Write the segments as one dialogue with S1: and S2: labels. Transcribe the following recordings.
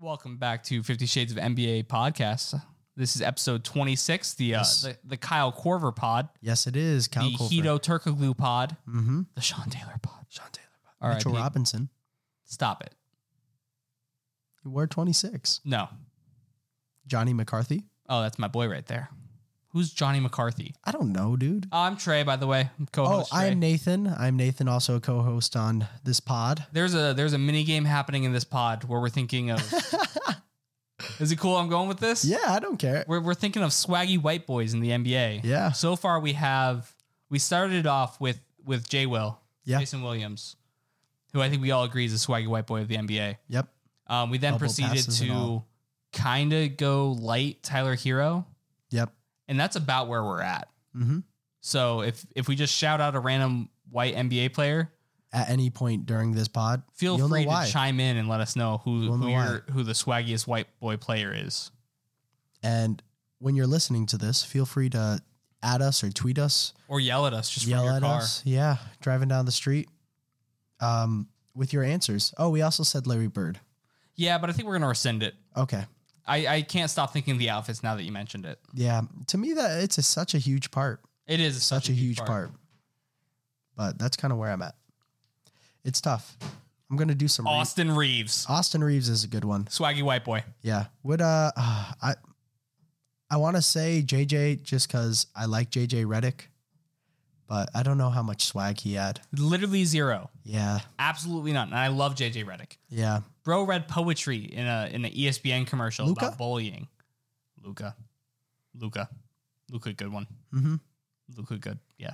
S1: Welcome back to Fifty Shades of NBA podcast. This is episode 26, the uh,
S2: Yes.
S1: the, the Kyle Corver pod,
S2: Yes, it is. Kyle
S1: the
S2: Korver.
S1: Hito Turkoglu pod,
S2: Mm-hmm.
S1: the Sean Taylor pod. Sean Taylor pod. All right,
S2: Mitchell
S1: Pete,
S2: Robinson.
S1: stop it.
S2: You wore 26.
S1: No.
S2: Johnny McCarthy.
S1: Oh, that's my boy right there. Who's Johnny McCarthy? Uh,
S2: I don't know, dude.
S1: I'm Trey, by the way. I'm
S2: Oh,
S1: co-host Trey.
S2: I'm Nathan. I'm Nathan, also a co-host on this pod.
S1: there's a there's a mini game happening in this pod where we're thinking of. is it cool? I'm going with this.
S2: Yeah, I don't care.
S1: We're we're thinking of swaggy white boys in the NBA.
S2: Yeah.
S1: So far, we have we started off with with Jay Will,
S2: Yeah.
S1: Jason Williams, who I think we all agree is a swaggy white boy of the NBA.
S2: Yep.
S1: Um, we then
S2: Bubble
S1: proceeded
S2: passes and
S1: to
S2: all.
S1: kind of go light Tyler Hero,
S2: Yep.
S1: and that's about where we're at.
S2: Mm-hmm.
S1: So if if we just shout out a random white NBA player,
S2: At any point during this pod,
S1: feel
S2: you'll
S1: free to
S2: know why.
S1: chime in and let us know who
S2: You'll
S1: who,
S2: know
S1: your, who the swaggiest white boy player is.
S2: and when you're listening to this, feel free to add us or tweet us,
S1: Or yell at us just
S2: yell
S1: from your
S2: at
S1: car.
S2: us. Yeah, driving down the street, um, with your answers. Oh, we also said Larry Bird.
S1: Yeah, but I think we're gonna rescind it.
S2: Okay.
S1: I, I can't stop thinking of the outfits now that you mentioned it.
S2: Yeah. To me, that it's a, such a huge part.
S1: It is
S2: such, a, huge, part. But that's kind of where I'm at. It's tough. I'm gonna do some. Re- Austin,
S1: Austin Reeves,
S2: Reeves is a good one.
S1: swaggy white boy.
S2: Yeah. Would uh, ah, I I want to say JJ just because I like JJ Reddick, but I don't know how much swag he had.
S1: Literally zero,
S2: Yeah.
S1: absolutely none. And I love JJ Redick.
S2: Yeah.
S1: Bro read poetry in a E in an ESPN commercial
S2: Luka?
S1: about bullying. Luca, Luca, Luca, good one.
S2: Mm-hmm.
S1: Luca, good. Yeah.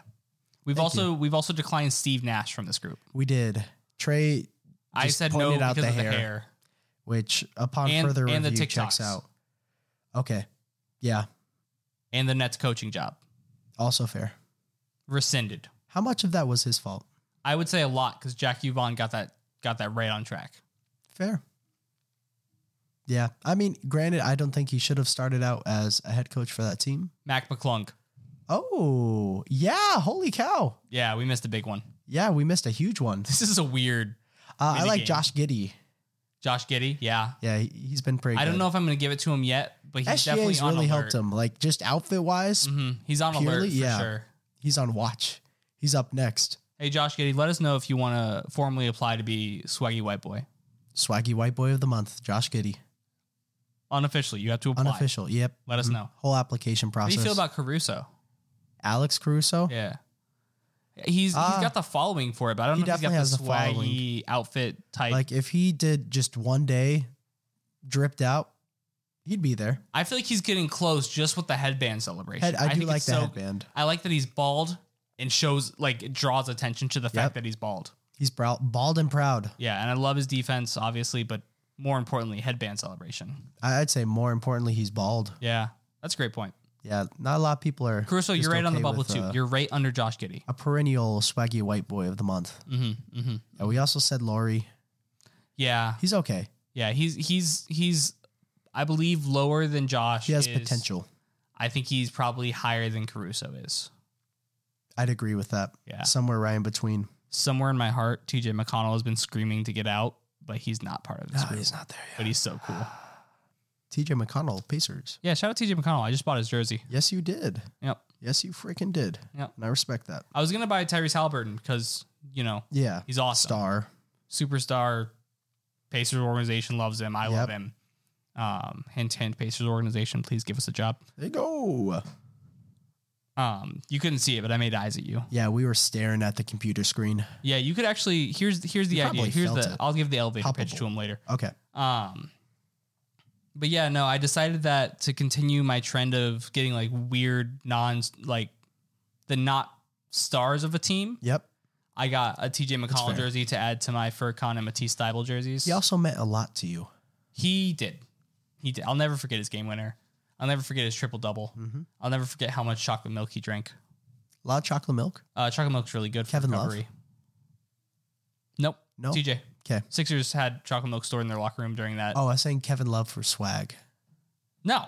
S1: We've
S2: Thank
S1: also we've also declined Steve Nash from this group.
S2: We did Trey,
S1: I
S2: Just
S1: said no
S2: pointed
S1: because of
S2: out
S1: the
S2: the
S1: hair.
S2: hair. which upon
S1: And-
S2: further
S1: and the
S2: review checks
S1: TikToks.
S2: out. Okay. Yeah.
S1: and the Nets coaching job
S2: Also fair.
S1: rescinded.
S2: How much of that was his fault?
S1: I would say a lot because Jack Yvonne got that got that right on track.
S2: Fair. Yeah. I mean, granted, I don't think he should have started out as a head coach for that team.
S1: Mac McClung.
S2: Oh, yeah. Holy cow.
S1: Yeah, we missed a big one.
S2: Yeah, we missed a huge one.
S1: This is a weird
S2: Uh, I
S1: Mini
S2: like
S1: game.
S2: Josh Giddy.
S1: Josh Giddy. Yeah.
S2: Yeah, he, he's been pretty
S1: I don't
S2: good.
S1: know if I'm going to give it to him yet, but he's definitely
S2: SGA's
S1: on
S2: really
S1: alert.
S2: helped him. Like, just outfit wise,
S1: Mhm. He's on alert
S2: Purely?
S1: for
S2: Yeah.
S1: sure.
S2: he's on watch. He's up next.
S1: Hey, Josh Giddy, let us know if you want to formally apply to be Swaggy White Boy.
S2: Swaggy white boy of the month, Josh Giddy.
S1: Unofficially, you have to apply.
S2: Unofficial. Yep.
S1: Let us
S2: Mhm.
S1: know.
S2: Whole application
S1: How do
S2: process.
S1: you feel about Caruso?
S2: Alex Caruso?
S1: Yeah. He's,
S2: Ah.
S1: he's got the following for it, but I don't
S2: He
S1: know if he's
S2: definitely
S1: got the
S2: has the following.
S1: swaggy outfit type.
S2: Like, if he did just one day dripped out, he'd be there.
S1: I feel like he's getting close just with the headband celebration.
S2: Head, I, do
S1: think
S2: like
S1: it's
S2: the
S1: so-
S2: headband.
S1: I like that he's bald and shows like it draws attention to the fact
S2: Yep.
S1: that he's bald.
S2: He's brou- bald and proud.
S1: Yeah, and I love his defense, obviously, but more importantly, headband celebration.
S2: I- I'd say more importantly, he's bald.
S1: Yeah, that's a great point.
S2: Yeah, not a lot of people are.
S1: Caruso,
S2: just
S1: you're right on the
S2: okay
S1: bubble
S2: with,
S1: too.
S2: uh,
S1: you're right under Josh Giddy.
S2: a perennial swaggy white boy of the month.
S1: Mm-hmm, mm-hmm.
S2: And we also said Laurie.
S1: Yeah,
S2: He's okay.
S1: yeah. He's he's he's I believe lower than Josh.
S2: He has
S1: is.
S2: potential.
S1: I think he's probably higher than Caruso is.
S2: I'd agree with that.
S1: Yeah.
S2: Somewhere right in between.
S1: Somewhere in my heart, TJ McConnell has been screaming to get out, but he's not part of this group.
S2: not there
S1: But he's so cool.
S2: TJ McConnell, Pacers.
S1: Yeah, shout out TJ McConnell. I just bought his jersey.
S2: Yes, you did.
S1: Yep.
S2: Yes, you freaking did.
S1: Yep.
S2: And I respect that.
S1: I was gonna buy Tyrese Halliburton because you know
S2: Yeah.
S1: he's awesome,
S2: Star.
S1: superstar. Pacers organization loves him. I love
S2: Yep.
S1: him. Um, hint, hint. Pacers organization, please give us a job.
S2: There you go.
S1: Um, you couldn't see it, but I made eyes at you.
S2: Yeah, we were staring at the computer screen.
S1: Yeah, you could actually. Here's here's the
S2: You
S1: idea.
S2: probably
S1: Here's
S2: felt
S1: the.
S2: it.
S1: I'll give the elevator pitch
S2: Palpable.
S1: to him later.
S2: Okay.
S1: Um, but yeah, no, I decided that to continue my trend of getting like weird non like the not stars of a team.
S2: Yep.
S1: I got a TJ McConnell
S2: fair.
S1: jersey to add to my Furcon and Matisse Steibel jerseys.
S2: He also meant a lot to you.
S1: He did. He did. I'll never forget his game winner. I'll never forget his triple double.
S2: Mhm.
S1: I'll never forget how much chocolate milk he drank.
S2: A lot of chocolate milk.
S1: Uh, chocolate milk's really good for
S2: Kevin Love?
S1: recovery. Nope.
S2: No.
S1: TJ.
S2: Okay.
S1: Sixers had chocolate milk stored in their locker room during that.
S2: Oh, I was saying Kevin Love for swag.
S1: No.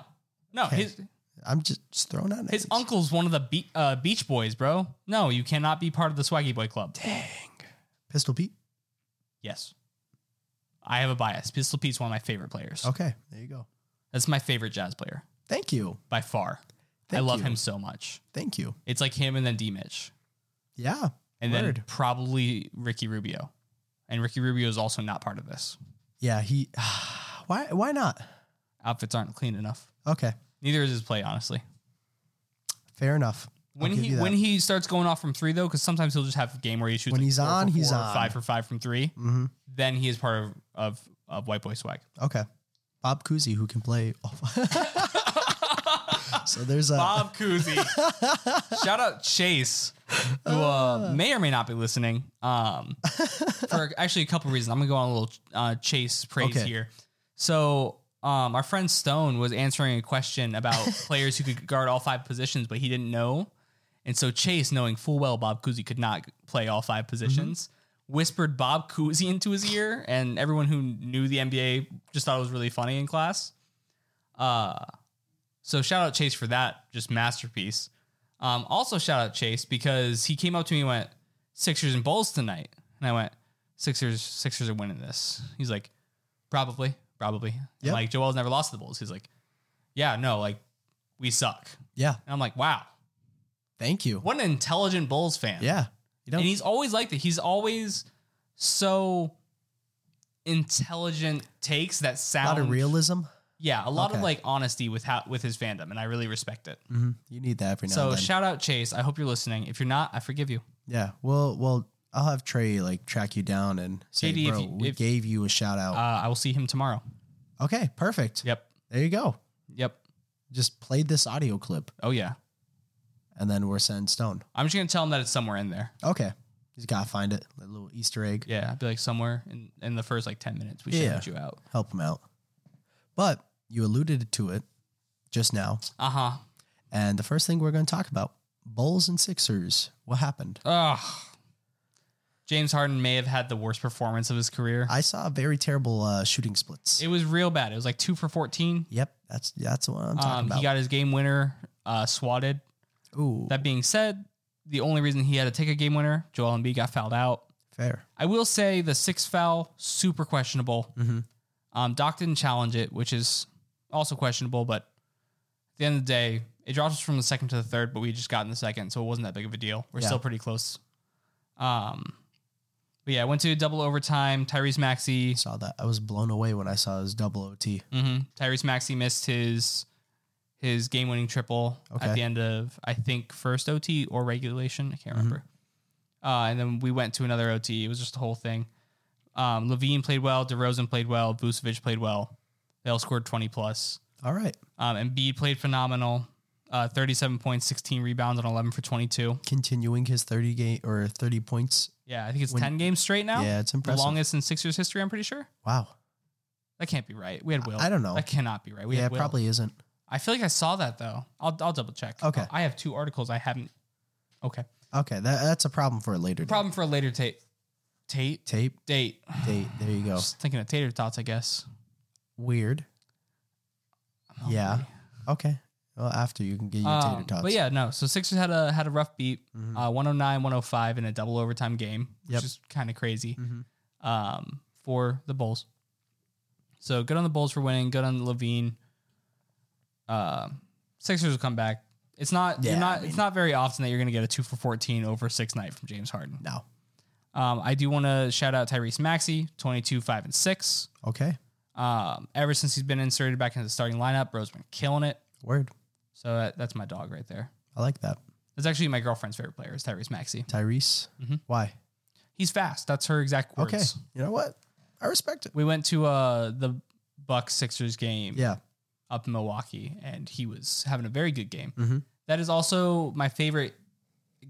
S1: No.
S2: Okay.
S1: His
S2: I'm just throwing out names.
S1: his uncle's one of the be- uh, Beach Boys, bro. No, you cannot be part of the Swaggy Boy Club.
S2: Dang. Pistol Pete.
S1: Yes. I have a bias. Pistol Pete's one of my favorite players.
S2: Okay, there you go.
S1: That's my favorite jazz player
S2: Thank you.
S1: by far. I
S2: Thank
S1: love
S2: you.
S1: him so much.
S2: Thank you.
S1: It's like him and then D Mitch.
S2: Yeah.
S1: And then
S2: Word.
S1: probably Ricky Rubio. And Ricky Rubio is also not part of this.
S2: Yeah, he why why not?
S1: Outfits aren't clean enough.
S2: Okay.
S1: Neither is his play, honestly.
S2: Fair enough. I'll
S1: When
S2: give
S1: he
S2: you that.
S1: when he starts going off from three though, because sometimes he'll just have a game where he shoots
S2: When
S1: like,
S2: he's
S1: four for
S2: on, he's
S1: four,
S2: on.
S1: five for five from three.
S2: Mhm.
S1: Then he is part of of, of white boy swag.
S2: Okay. Bob Cousy, who can play. all- so there's a.
S1: Bob Cousy. Shout out Chase, who uh, may or may not be listening. Um, for actually a couple reasons, I'm gonna go on a little uh, Chase praise
S2: Okay.
S1: here. So, um, our friend Stone was answering a question about players who could guard all five positions, but he didn't know. And so Chase, knowing full well Bob Cousy could not play all five positions, whispered Bob Cousy into his ear, and everyone who knew the NBA just thought it was really funny in class. Uh, so shout out Chase for that just masterpiece. Um, also shout out Chase because he came up to me and went Sixers and Bulls tonight, and I went Sixers. Sixers are winning this. He's like, probably, probably. I'm
S2: Yep.
S1: Like Joel's never lost to the Bulls. He's like, yeah, no, like we suck.
S2: yeah.
S1: And I'm like, wow,
S2: Thank you.
S1: what an intelligent Bulls fan.
S2: Yeah. You
S1: and
S2: don't.
S1: he's always like that. He's always so intelligent takes that
S2: A
S1: sound
S2: lot of realism.
S1: yeah a lot of
S2: Okay.
S1: like honesty with how with his fandom and i really respect it
S2: hmm You need that every now
S1: so
S2: and then.
S1: shout out Chase. I hope you're listening. If you're not, I forgive you.
S2: yeah. Well, well, I'll have Trey like track you down and say,
S1: JD, if
S2: bro,
S1: you-
S2: we
S1: if-
S2: gave you a shout out.
S1: Uh, I will see him tomorrow.
S2: okay. Perfect.
S1: Yep.
S2: There you go.
S1: Yep.
S2: Just played this audio clip
S1: Oh yeah.
S2: and then we're sending Stone.
S1: I'm just gonna tell him that it's somewhere in there.
S2: Okay. He's got to find it. A little Easter egg.
S1: Yeah. I'd be like somewhere in, in the first like ten minutes we should
S2: Yeah.
S1: help you out.
S2: Help him out. But you alluded to it just now.
S1: Uh huh.
S2: And the first thing we're going to talk about Bulls and Sixers. What happened?
S1: Ugh. James Harden may have had the worst performance of his career.
S2: I saw very terrible uh, shooting splits.
S1: it was real bad. It was like two for fourteen.
S2: yep, that's that's what I'm talking
S1: Um,
S2: about.
S1: he got his game winner uh, swatted.
S2: Ooh,
S1: That being said, the only reason he had to take a game winner, Joel Embiid got fouled out.
S2: fair.
S1: I will say the six foul super questionable.
S2: Mhm.
S1: Um, Doc didn't challenge it, which is also questionable. But at the end of the day, it dropped us from the second to the third, but we just got in the second, so it wasn't that big of a deal. We're
S2: Yeah.
S1: still pretty close. Um, but yeah, I went to double overtime. Tyrese Maxey,
S2: I saw that. I was blown away when I saw his double OT.
S1: hmm Tyrese Maxey missed his his game winning triple
S2: Okay.
S1: at the end of I think first OT or regulation. I
S2: Mm-hmm.
S1: can't remember. Uh, and then we went to another OT. It was just the whole thing. Um, Levine played well. DeRozan played well. Vucevic played well. They all scored twenty plus.
S2: All right,
S1: Um, Embiid played phenomenal. Uh, Thirty-seven points, sixteen rebounds, and eleven for twenty-two.
S2: continuing his 30 game or 30 points.
S1: Yeah, I think it's
S2: When-
S1: ten games straight now.
S2: Yeah, it's
S1: the
S2: impressive.
S1: longest in Sixers history. I'm pretty sure
S2: wow.
S1: that can't be right. We had Will.
S2: I don't know.
S1: That cannot be right. We
S2: yeah,
S1: had
S2: it
S1: Will.
S2: probably isn't.
S1: I feel like I saw that though. I'll I'll double check.
S2: Okay.
S1: I have two articles I haven't. Okay.
S2: Okay, that, that's a problem for a later date.
S1: Problem for a later tape. Tape
S2: tape
S1: date.
S2: date. There you go.
S1: Just thinking of tater tots, I guess.
S2: Weird.
S1: I'm hungry.
S2: Yeah. Okay. Well, after you can get your
S1: Um,
S2: tater tots.
S1: But yeah, no. So Sixers had a had a rough beat,
S2: Mhm.
S1: uh, 109, 105 in a double overtime game,
S2: Yep.
S1: which is kind of crazy
S2: Mhm.
S1: um, for the Bulls. So good on the Bulls for winning. Good on Levine. Uh, Sixers will come back. It's not
S2: Yeah,
S1: you're not
S2: I
S1: it's
S2: mean-
S1: not very often that you're going to get a two for fourteen over six night from James Harden.
S2: No.
S1: Um, I do want to shout out Tyrese Maxey, 22, 5, and 6.
S2: Okay.
S1: Um, ever since he's been inserted back into the starting lineup, Bro's been killing it.
S2: Word.
S1: So that, that's my dog right there.
S2: I like that.
S1: That's actually my girlfriend's favorite player is Tyrese Maxey.
S2: Tyrese.
S1: Mhm.
S2: Why?
S1: He's fast. That's her exact words.
S2: Okay. You know what? I respect it.
S1: We went to uh, the Bucks Sixers game
S2: Yeah.
S1: up in Milwaukee, and he was having a very good game.
S2: Mhm.
S1: That is also my favorite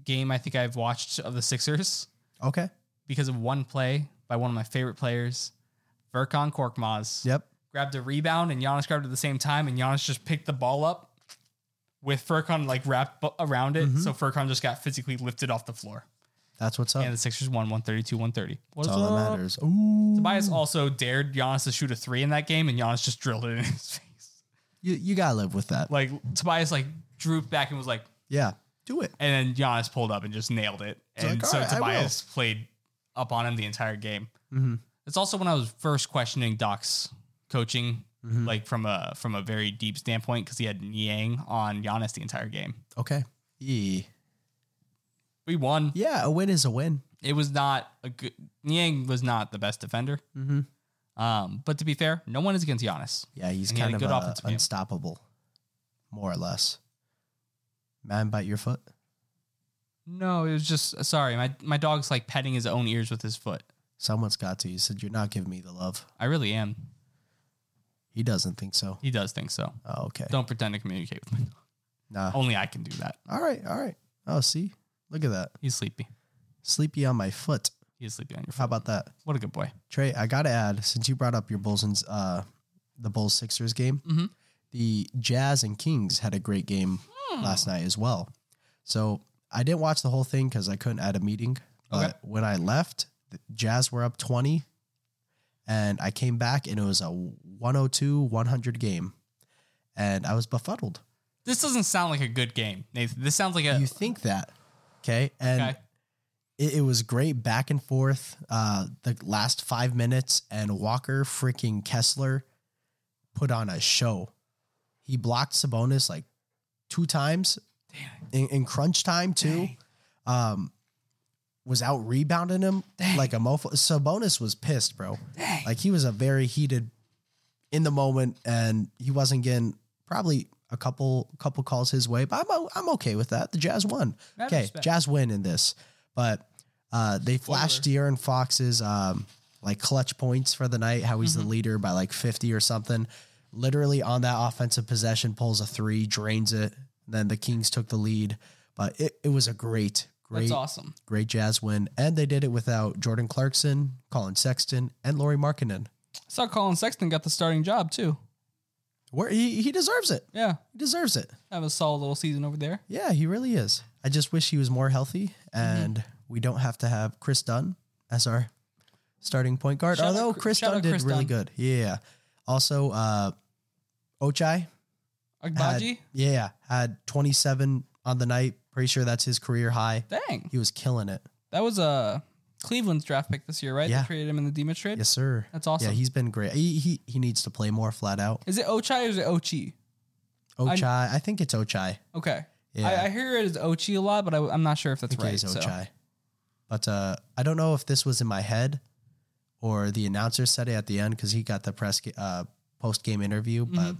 S1: game I think I've watched of the Sixers
S2: Okay.
S1: because of one play by one of my favorite players, Verkan Korkmaz.
S2: Yep.
S1: grabbed a rebound and Giannis grabbed it at the same time and Giannis just picked the ball up with Furcon like wrapped bu- around it.
S2: Mhm.
S1: So Furcon just got physically lifted off the floor.
S2: That's what's up.
S1: And the Sixers won 132 130. What's
S2: That's all that
S1: up?
S2: matters. Ooh.
S1: Tobias also dared Giannis to shoot a three in that game and Giannis just drilled it in his face.
S2: You you gotta live with that.
S1: Like Tobias like drooped back and was like,
S2: Yeah. Do it.
S1: and then Giannis pulled up and just nailed it.
S2: It's
S1: and
S2: like,
S1: so
S2: all right, I will.
S1: Tobias played up on him the entire game.
S2: Mhm.
S1: That's also when I was first questioning Doc's coaching,
S2: Mhm.
S1: like from a from a very deep standpoint, because he had Yang on Giannis the entire game.
S2: Okay. Yeah.
S1: We won.
S2: Yeah, a win is a win.
S1: It was not a good. Yang was not the best defender.
S2: Mm-hmm.
S1: Um, but to be fair, no one is against Giannis.
S2: Yeah, he's
S1: And he had
S2: kind
S1: a
S2: of
S1: good
S2: uh,
S1: offensive game.
S2: unstoppable, more or less. Man, bite your foot.
S1: No, it was just uh, sorry. My my dog's like petting his own ears with his foot.
S2: Someone's got to. You said you're not giving me the love.
S1: I really am.
S2: He doesn't think so.
S1: He does think so.
S2: Oh, okay.
S1: Don't pretend to communicate with me.
S2: Nah.
S1: Only I can do that.
S2: All right. All right. Oh, see, look at that.
S1: He's sleepy.
S2: Sleepy on my foot.
S1: He is sleepy on your
S2: How
S1: foot.
S2: about that,
S1: What a good boy.
S2: Trey? I gotta add, since you brought up your Bulls and uh, the Bulls Sixers game,
S1: Mhm.
S2: the Jazz and Kings had a great game last night as well. So I didn't watch the whole thing because I couldn't at a meeting. But when I left, the Jazz were up 20, and I came back and it was a 102 100 game. And I was befuddled.
S1: This doesn't sound like a good game, Nathan. This sounds like a
S2: You think that. Okay. And
S1: Okay.
S2: It, it was great back and forth. Uh, the last five minutes, and Walker freaking Kessler put on a show. He blocked Sabonis like two times in, in crunch time too. Um, was out rebounding him like a mofo. Sabonis was pissed, bro. Like he was a very heated in the moment, and he wasn't getting probably a couple couple calls his way. But I'm o- I'm okay with that. The Jazz won.
S1: I have
S2: Okay,
S1: respect.
S2: Jazz win in this, but uh, they flashed De'Aaron Fox's um, like clutch points for the night. How he's
S1: Mm-hmm.
S2: the leader by like fifty or something. Literally on that offensive possession, pulls a three, drains it. Then the Kings took the lead, but it, it was a great, great
S1: That's awesome.
S2: great Jazz win, and they did it without Jordan Clarkson, Colin Sexton, and Laurie Markkinen.
S1: I saw Colin Sexton got the starting job too.
S2: Where he, he deserves it.
S1: Yeah.
S2: He deserves it.
S1: Have a solid little season over there.
S2: Yeah, he really is. I just wish he was more healthy,
S1: Mm-hmm.
S2: and we don't have to have Chris Dunn as our starting point guard.
S1: Shout out
S2: Although
S1: Chris-
S2: Chris
S1: shout
S2: Dunn
S1: out
S2: did
S1: Chris
S2: really
S1: Dunn.
S2: good. Yeah. Also, uh, Ochai had,
S1: Agbaji?
S2: yeah had 27 on the night. Pretty sure that's his career high.
S1: Dang.
S2: He was killing it.
S1: That was uh, Cleveland's draft pick this year, right?
S2: Yeah.
S1: They traded him in the Dima trade.
S2: Yes, sir.
S1: That's awesome.
S2: Yeah, he's been great. He he, he needs to play more flat out.
S1: Is it Ochai or is it Ochi?
S2: Ochai. I, think it's Ochai.
S1: Okay.
S2: Yeah.
S1: I, I hear it as Ochi a lot, but I, am not sure if that's
S2: think
S1: right.
S2: it is
S1: so.
S2: Ochai. But uh, I don't know if this was in my head or the announcer said it at the end because he got the press ga- uh, post game interview.
S1: Mm-hmm.
S2: But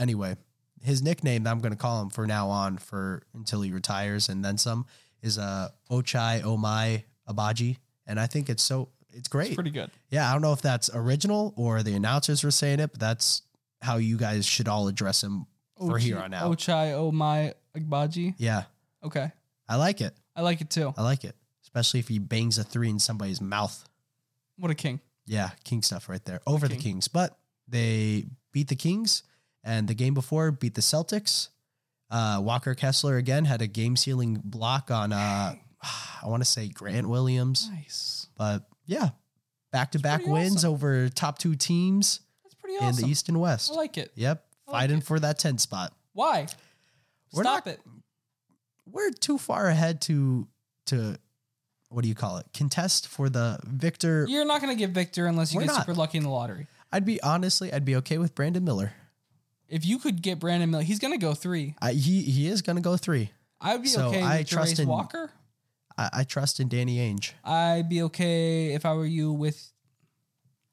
S2: anyway, his nickname that I'm going to call him for now on for until he retires and then some is uh, Ochai Omai Abaji, and I think it's so it's great.
S1: It's pretty good.
S2: yeah, I don't know if that's original or the announcers were saying it, but that's how you guys should all address him from
S1: Ochi-
S2: here on out.
S1: Ochai, oh my, Agbaji.
S2: Yeah,
S1: Okay.
S2: I like it.
S1: I like it too.
S2: I like it, especially if he bangs a three in somebody's mouth.
S1: What a king.
S2: Yeah, King stuff right there. Over the
S1: King.
S2: Kings, but they beat the Kings, and the game before beat the Celtics. Uh, Walker Kessler again had a game sealing block on uh, I want to say Grant Williams,
S1: Nice.
S2: but yeah, back to back
S1: pretty
S2: wins
S1: awesome.
S2: over top two teams
S1: That's pretty awesome.
S2: in the East and West.
S1: I like it.
S2: yep,
S1: I like
S2: fighting
S1: it.
S2: for that ten spot.
S1: Why?
S2: We're
S1: Stop it.
S2: we're too far ahead to to what do you call it contest for the victor
S1: You're not going to get Victor unless you
S2: We're
S1: get
S2: not.
S1: super lucky in the lottery.
S2: i'd be honestly i'd be okay with brandon miller
S1: If you could get Brandon Miller, he's going to go three.
S2: I, he he is gonna go three
S1: I'd be
S2: So
S1: okay
S2: I
S1: with
S2: trust
S1: Trace
S2: in-
S1: Walker.
S2: i, I trust in danny ainge
S1: I'd be okay if I were you with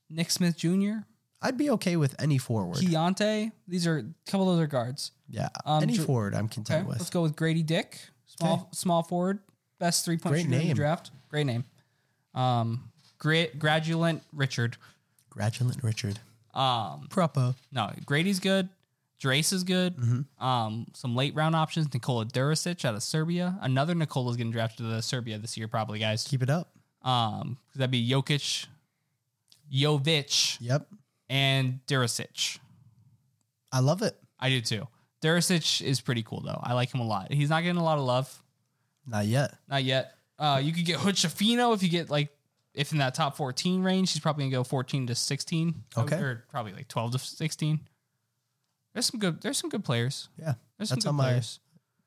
S1: Nick Smith Jr.,
S2: i'd be okay with any forward
S1: Keontae. These are a couple of those are guards.
S2: yeah
S1: um,
S2: any
S1: Dr-
S2: forward i'm
S1: Okay,
S2: content
S1: let's
S2: with
S1: go with Grady Dick, small small forward, best three point
S2: Great
S1: shooter in the
S2: name.
S1: draft. Great name. Um, great graduate Richard.
S2: graduate richard
S1: Um,
S2: propo
S1: no, Grady's good. Drace is good.
S2: Mm-hmm.
S1: Um, some late round options. Nikola Durasic out of Serbia. Another Nikola's getting drafted to Serbia this year, probably guys.
S2: keep it up
S1: Um, 'cause that'd be Jokic, Jovic,
S2: yep
S1: and Durasic.
S2: i love it
S1: I do too. Durasic is pretty cool though. I like him a lot. He's not getting a lot of love.
S2: not yet
S1: Not yet. Uh, you could get Hood Shafino if you get like if in that top fourteen range, she's probably gonna go fourteen to sixteen. I would-
S2: Okay.
S1: or probably like twelve to sixteen. There's some good. There's some good players.
S2: yeah
S1: There's some
S2: That's
S1: good
S2: on my-
S1: players.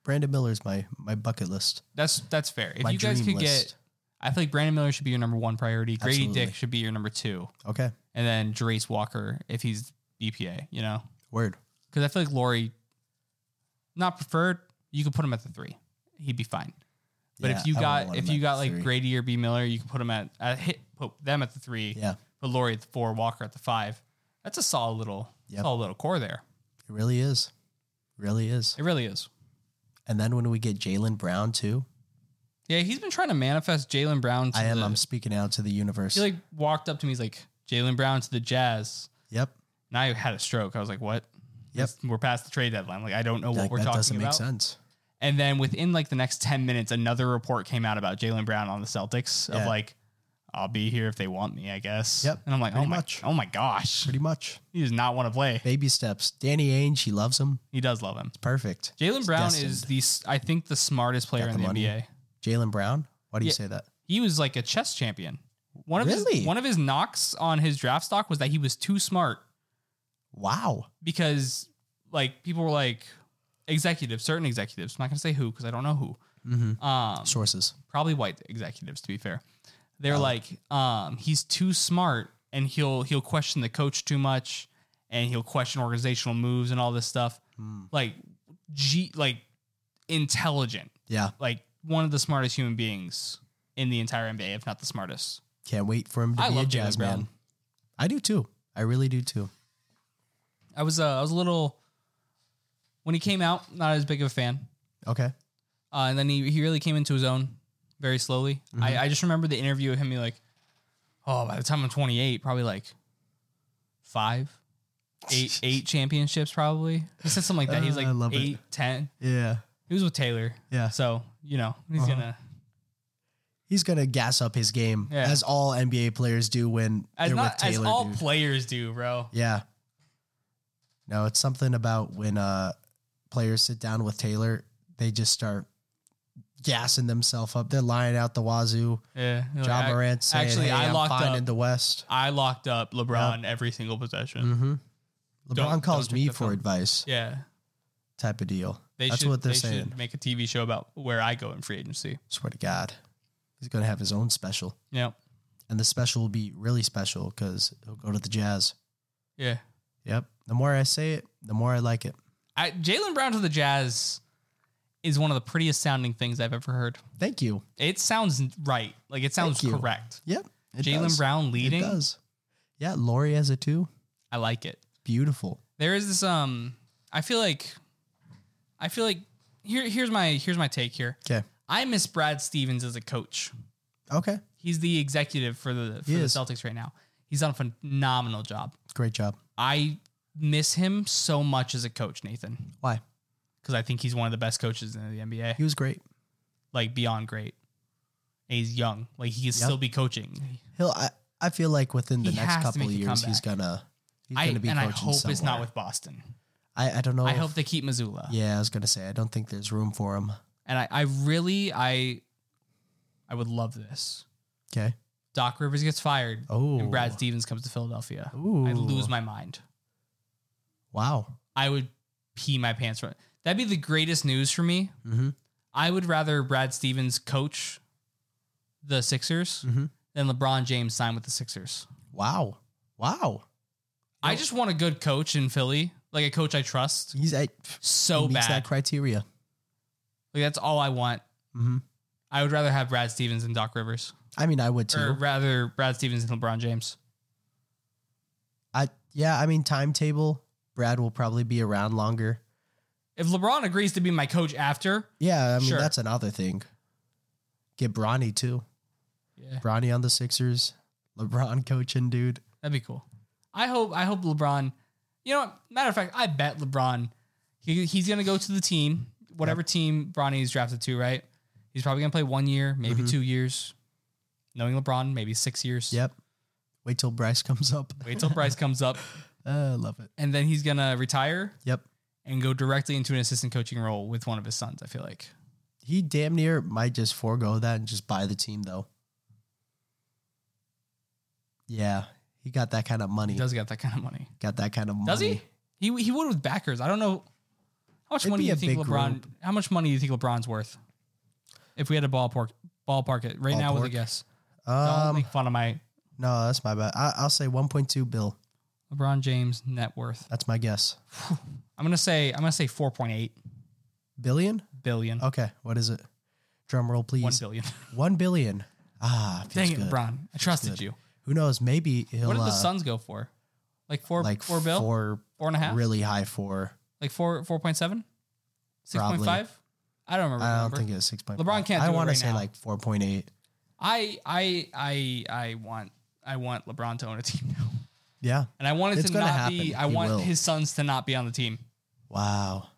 S2: brandon miller's my my bucket list
S1: That's that's fair. If
S2: my
S1: you guys
S2: dream
S1: could
S2: list
S1: get I feel like Brandon Miller should be your number one priority. Grady
S2: Absolutely.
S1: Dick should be your number two,
S2: Okay.
S1: and then Drace Walker if he's BPA. You know,
S2: Word.
S1: because I feel like Laurie, not preferred. You could put him at the three. He'd be fine. But
S2: Yeah,
S1: if you
S2: I wouldn't
S1: got
S2: want
S1: if
S2: him
S1: you
S2: at
S1: got like
S2: three.
S1: Grady or B Miller, you can put him at, at hit put them at the three.
S2: Yeah.
S1: Put Laurie at the four, Walker at the five. That's a solid little
S2: Yep.
S1: solid little core there.
S2: It really is. Really is.
S1: It really is.
S2: And then when we get Jalen Brown too,
S1: Yeah, he's been trying to manifest Jalen Brown. To
S2: I am.
S1: the-
S2: I'm speaking out to the universe.
S1: he like walked up to me. He's like Jalen Brown to the Jazz,
S2: yep.
S1: and I had a stroke. I was like, "What?
S2: Yep.
S1: This- we're past the trade deadline. Like I don't know
S2: Like,
S1: what we're
S2: that
S1: talking
S2: doesn't
S1: about."
S2: make sense.
S1: And then within like the next 10 minutes, another report came out about Jalen Brown on the Celtics
S2: Yeah.
S1: of like, I'll be here if they want me, I guess.
S2: Yep,
S1: And I'm like, oh
S2: pretty
S1: my,
S2: much.
S1: oh my gosh.
S2: Pretty much.
S1: He does not want to play.
S2: Baby steps. Danny Ainge, he loves him.
S1: He does love him.
S2: Perfect.
S1: Jalen Brown is
S2: destined.
S1: the, s- I think, the smartest player
S2: Got
S1: in
S2: the
S1: the
S2: money.
S1: NBA.
S2: Jalen Brown. Why do you
S1: Yeah.
S2: say that?
S1: He was like a chess champion. One of
S2: Really?
S1: his one of his knocks on his draft stock was that he was too smart
S2: Wow.
S1: because like people were like executives, certain executives. I'm not gonna say who because I don't know who.
S2: Mm-hmm.
S1: Um,
S2: Sources.
S1: probably white executives to be fair. They're
S2: Oh.
S1: like, um, he's too smart and he'll he'll question the coach too much and he'll question organizational moves and all this stuff.
S2: Mm.
S1: Like G like intelligent,
S2: Yeah.
S1: like one of the smartest human beings in the entire NBA, if not the smartest.
S2: Can't wait for him to
S1: I
S2: be
S1: love
S2: a
S1: Jalen
S2: jazz
S1: Brown.
S2: man. I do too. I really do too.
S1: I was uh, I was a little when he came out, not as big of a fan.
S2: Okay.
S1: Uh, and then he, he really came into his own very slowly.
S2: Mm-hmm.
S1: I, I just remember the interview of him being like, oh, by the time I'm 28, probably like five, eight, eight championships, probably. He said something like that. He's
S2: Uh,
S1: like
S2: I love it.
S1: eight, 10.
S2: Yeah.
S1: He was with Taylor.
S2: Yeah.
S1: So, you know, he's
S2: Uh-huh.
S1: going to,
S2: He's gonna gas up his game
S1: Yeah.
S2: as all NBA players do when
S1: as,
S2: they're
S1: not,
S2: with
S1: as
S2: Taylor.
S1: all
S2: dude.
S1: players do, bro.
S2: Yeah. No, it's something about when uh players sit down with Taylor, they just start gassing themselves up. They're lying out the wazoo.
S1: Yeah. You're like,
S2: John
S1: I-
S2: Morant saying,
S1: actually,
S2: "Hey,
S1: I
S2: I'm
S1: locked
S2: fine
S1: up-
S2: in the West."
S1: I locked up LeBron every single possession.
S2: Mm-hmm. LeBron
S1: Don't-
S2: calls
S1: don't
S2: me
S1: take the
S2: for
S1: film.
S2: advice,
S1: Yeah.
S2: type of deal.
S1: They
S2: That's
S1: should,
S2: what they're
S1: they
S2: saying.
S1: should make a TV show about where I go in free agency.
S2: Swear to God, he's gonna have his own special,
S1: Yeah.
S2: and the special will be really special because he'll go to the Jazz.
S1: Yeah.
S2: Yep. The more I say it, the more I like it.
S1: I Jalen Brown to the Jazz is one of the prettiest sounding things I've ever heard.
S2: Thank you.
S1: It sounds right. Like it sounds
S2: Thank you.
S1: correct.
S2: Yep. it
S1: Jalen
S2: does.
S1: Brown leading.
S2: It does. Yeah, Lori has it too.
S1: I like it.
S2: Beautiful.
S1: There is this um I feel like I feel like here here's my here's my take here.
S2: Okay.
S1: I miss Brad Stevens as a coach.
S2: Okay.
S1: He's the executive for the for
S2: He
S1: the
S2: is.
S1: Celtics right now. He's done a phenomenal job.
S2: Great job.
S1: I miss him so much as a coach, Nathan,
S2: Why?
S1: because I think he's one of the best coaches in the NBA.
S2: He was great.
S1: like beyond great. And he's young. Like he can still be coaching.
S2: He'll. I, I feel like within the
S1: He
S2: next
S1: has to
S2: couple of
S1: make a
S2: years, he's
S1: comeback.
S2: gonna. He's
S1: I,
S2: gonna be
S1: and I
S2: coaching
S1: hope it's not
S2: somewhere.
S1: with Boston.
S2: I, I don't know.
S1: I
S2: if-
S1: hope they keep Missoula.
S2: Yeah, I was gonna say I don't think there's room for him.
S1: And I, I really I I would love this.
S2: Okay.
S1: Doc Rivers gets fired
S2: Oh.
S1: and Brad Stevens comes to Philadelphia.
S2: Ooh.
S1: I lose my mind.
S2: Wow.
S1: I would pee my pants from That'd be the greatest news for me.
S2: Mm-hmm.
S1: I would rather Brad Stevens coach the Sixers
S2: Mhm.
S1: than LeBron James sign with the Sixers.
S2: Wow. Wow.
S1: I just want a good coach in Philly, like a coach I trust.
S2: He's I,
S1: so
S2: he meets
S1: bad.
S2: that criteria.
S1: like that's all I want.
S2: hmm
S1: I would rather have Brad Stevens and Doc Rivers,
S2: I mean, I would too.
S1: or rather Brad Stevens and LeBron James.
S2: I yeah. I mean, timetable. Brad will probably be around longer.
S1: If LeBron agrees to be my coach after,
S2: Yeah, I mean
S1: Sure.
S2: that's another thing. Get Bronny too.
S1: yeah,
S2: Bronny on the Sixers. LeBron coaching, dude.
S1: that'd be cool. I hope. I hope LeBron. You know, what? matter of fact, I bet LeBron. He, he's gonna go to the team, whatever team Bronny's drafted to, right? He's probably gonna play one year, maybe
S2: Mhm.
S1: two years. Knowing LeBron, maybe six years.
S2: Yep. Wait till Bryce comes up. Uh,
S1: Wait till Bryce comes up,
S2: I love it.
S1: and then he's gonna retire
S2: Yep.
S1: and go directly into an assistant coaching role with one of his sons. I feel like.
S2: He damn near might just forego that and just buy the team though. Yeah, he got that kind of money.
S1: He does got that kind of money.
S2: got that kind of money.
S1: Does he? He he would with backers. I don't know how much
S2: It'd
S1: money
S2: be
S1: you
S2: a
S1: think
S2: big
S1: LeBron. How much money do you think LeBron's worth? If we had a ballpark Ballpark it right now with a
S2: Ballpark.
S1: guess. Don't
S2: Um,
S1: make fun of my
S2: no, that's my bad. I, I'll say 1.2 bill.
S1: LeBron James net worth.
S2: That's my guess.
S1: I'm gonna say I'm gonna say 4.8
S2: Billion?
S1: billion.
S2: Okay, what is it? Drum roll, please.
S1: One billion.
S2: One billion. Ah, feels
S1: Dang it,
S2: good.
S1: LeBron. I trusted you.
S2: Who knows? Maybe he'll
S1: What did the
S2: uh,
S1: Suns go for? Like four,
S2: like
S1: four bill, four,
S2: four
S1: four and a half,
S2: really high four.
S1: like four, four point seven, six point
S2: Probably.
S1: five. I don't remember. the
S2: I don't
S1: number.
S2: think it was six point.
S1: LeBron can't
S2: I
S1: do it
S2: wanna
S1: right
S2: say
S1: now.
S2: like four point eight.
S1: I, I, I, I want, I want LeBron to own a team now,
S2: Yeah.
S1: and I want it
S2: It's
S1: to
S2: gonna
S1: not be.
S2: happen.
S1: I
S2: He
S1: want
S2: will.
S1: his sons to not be on the team.
S2: Wow.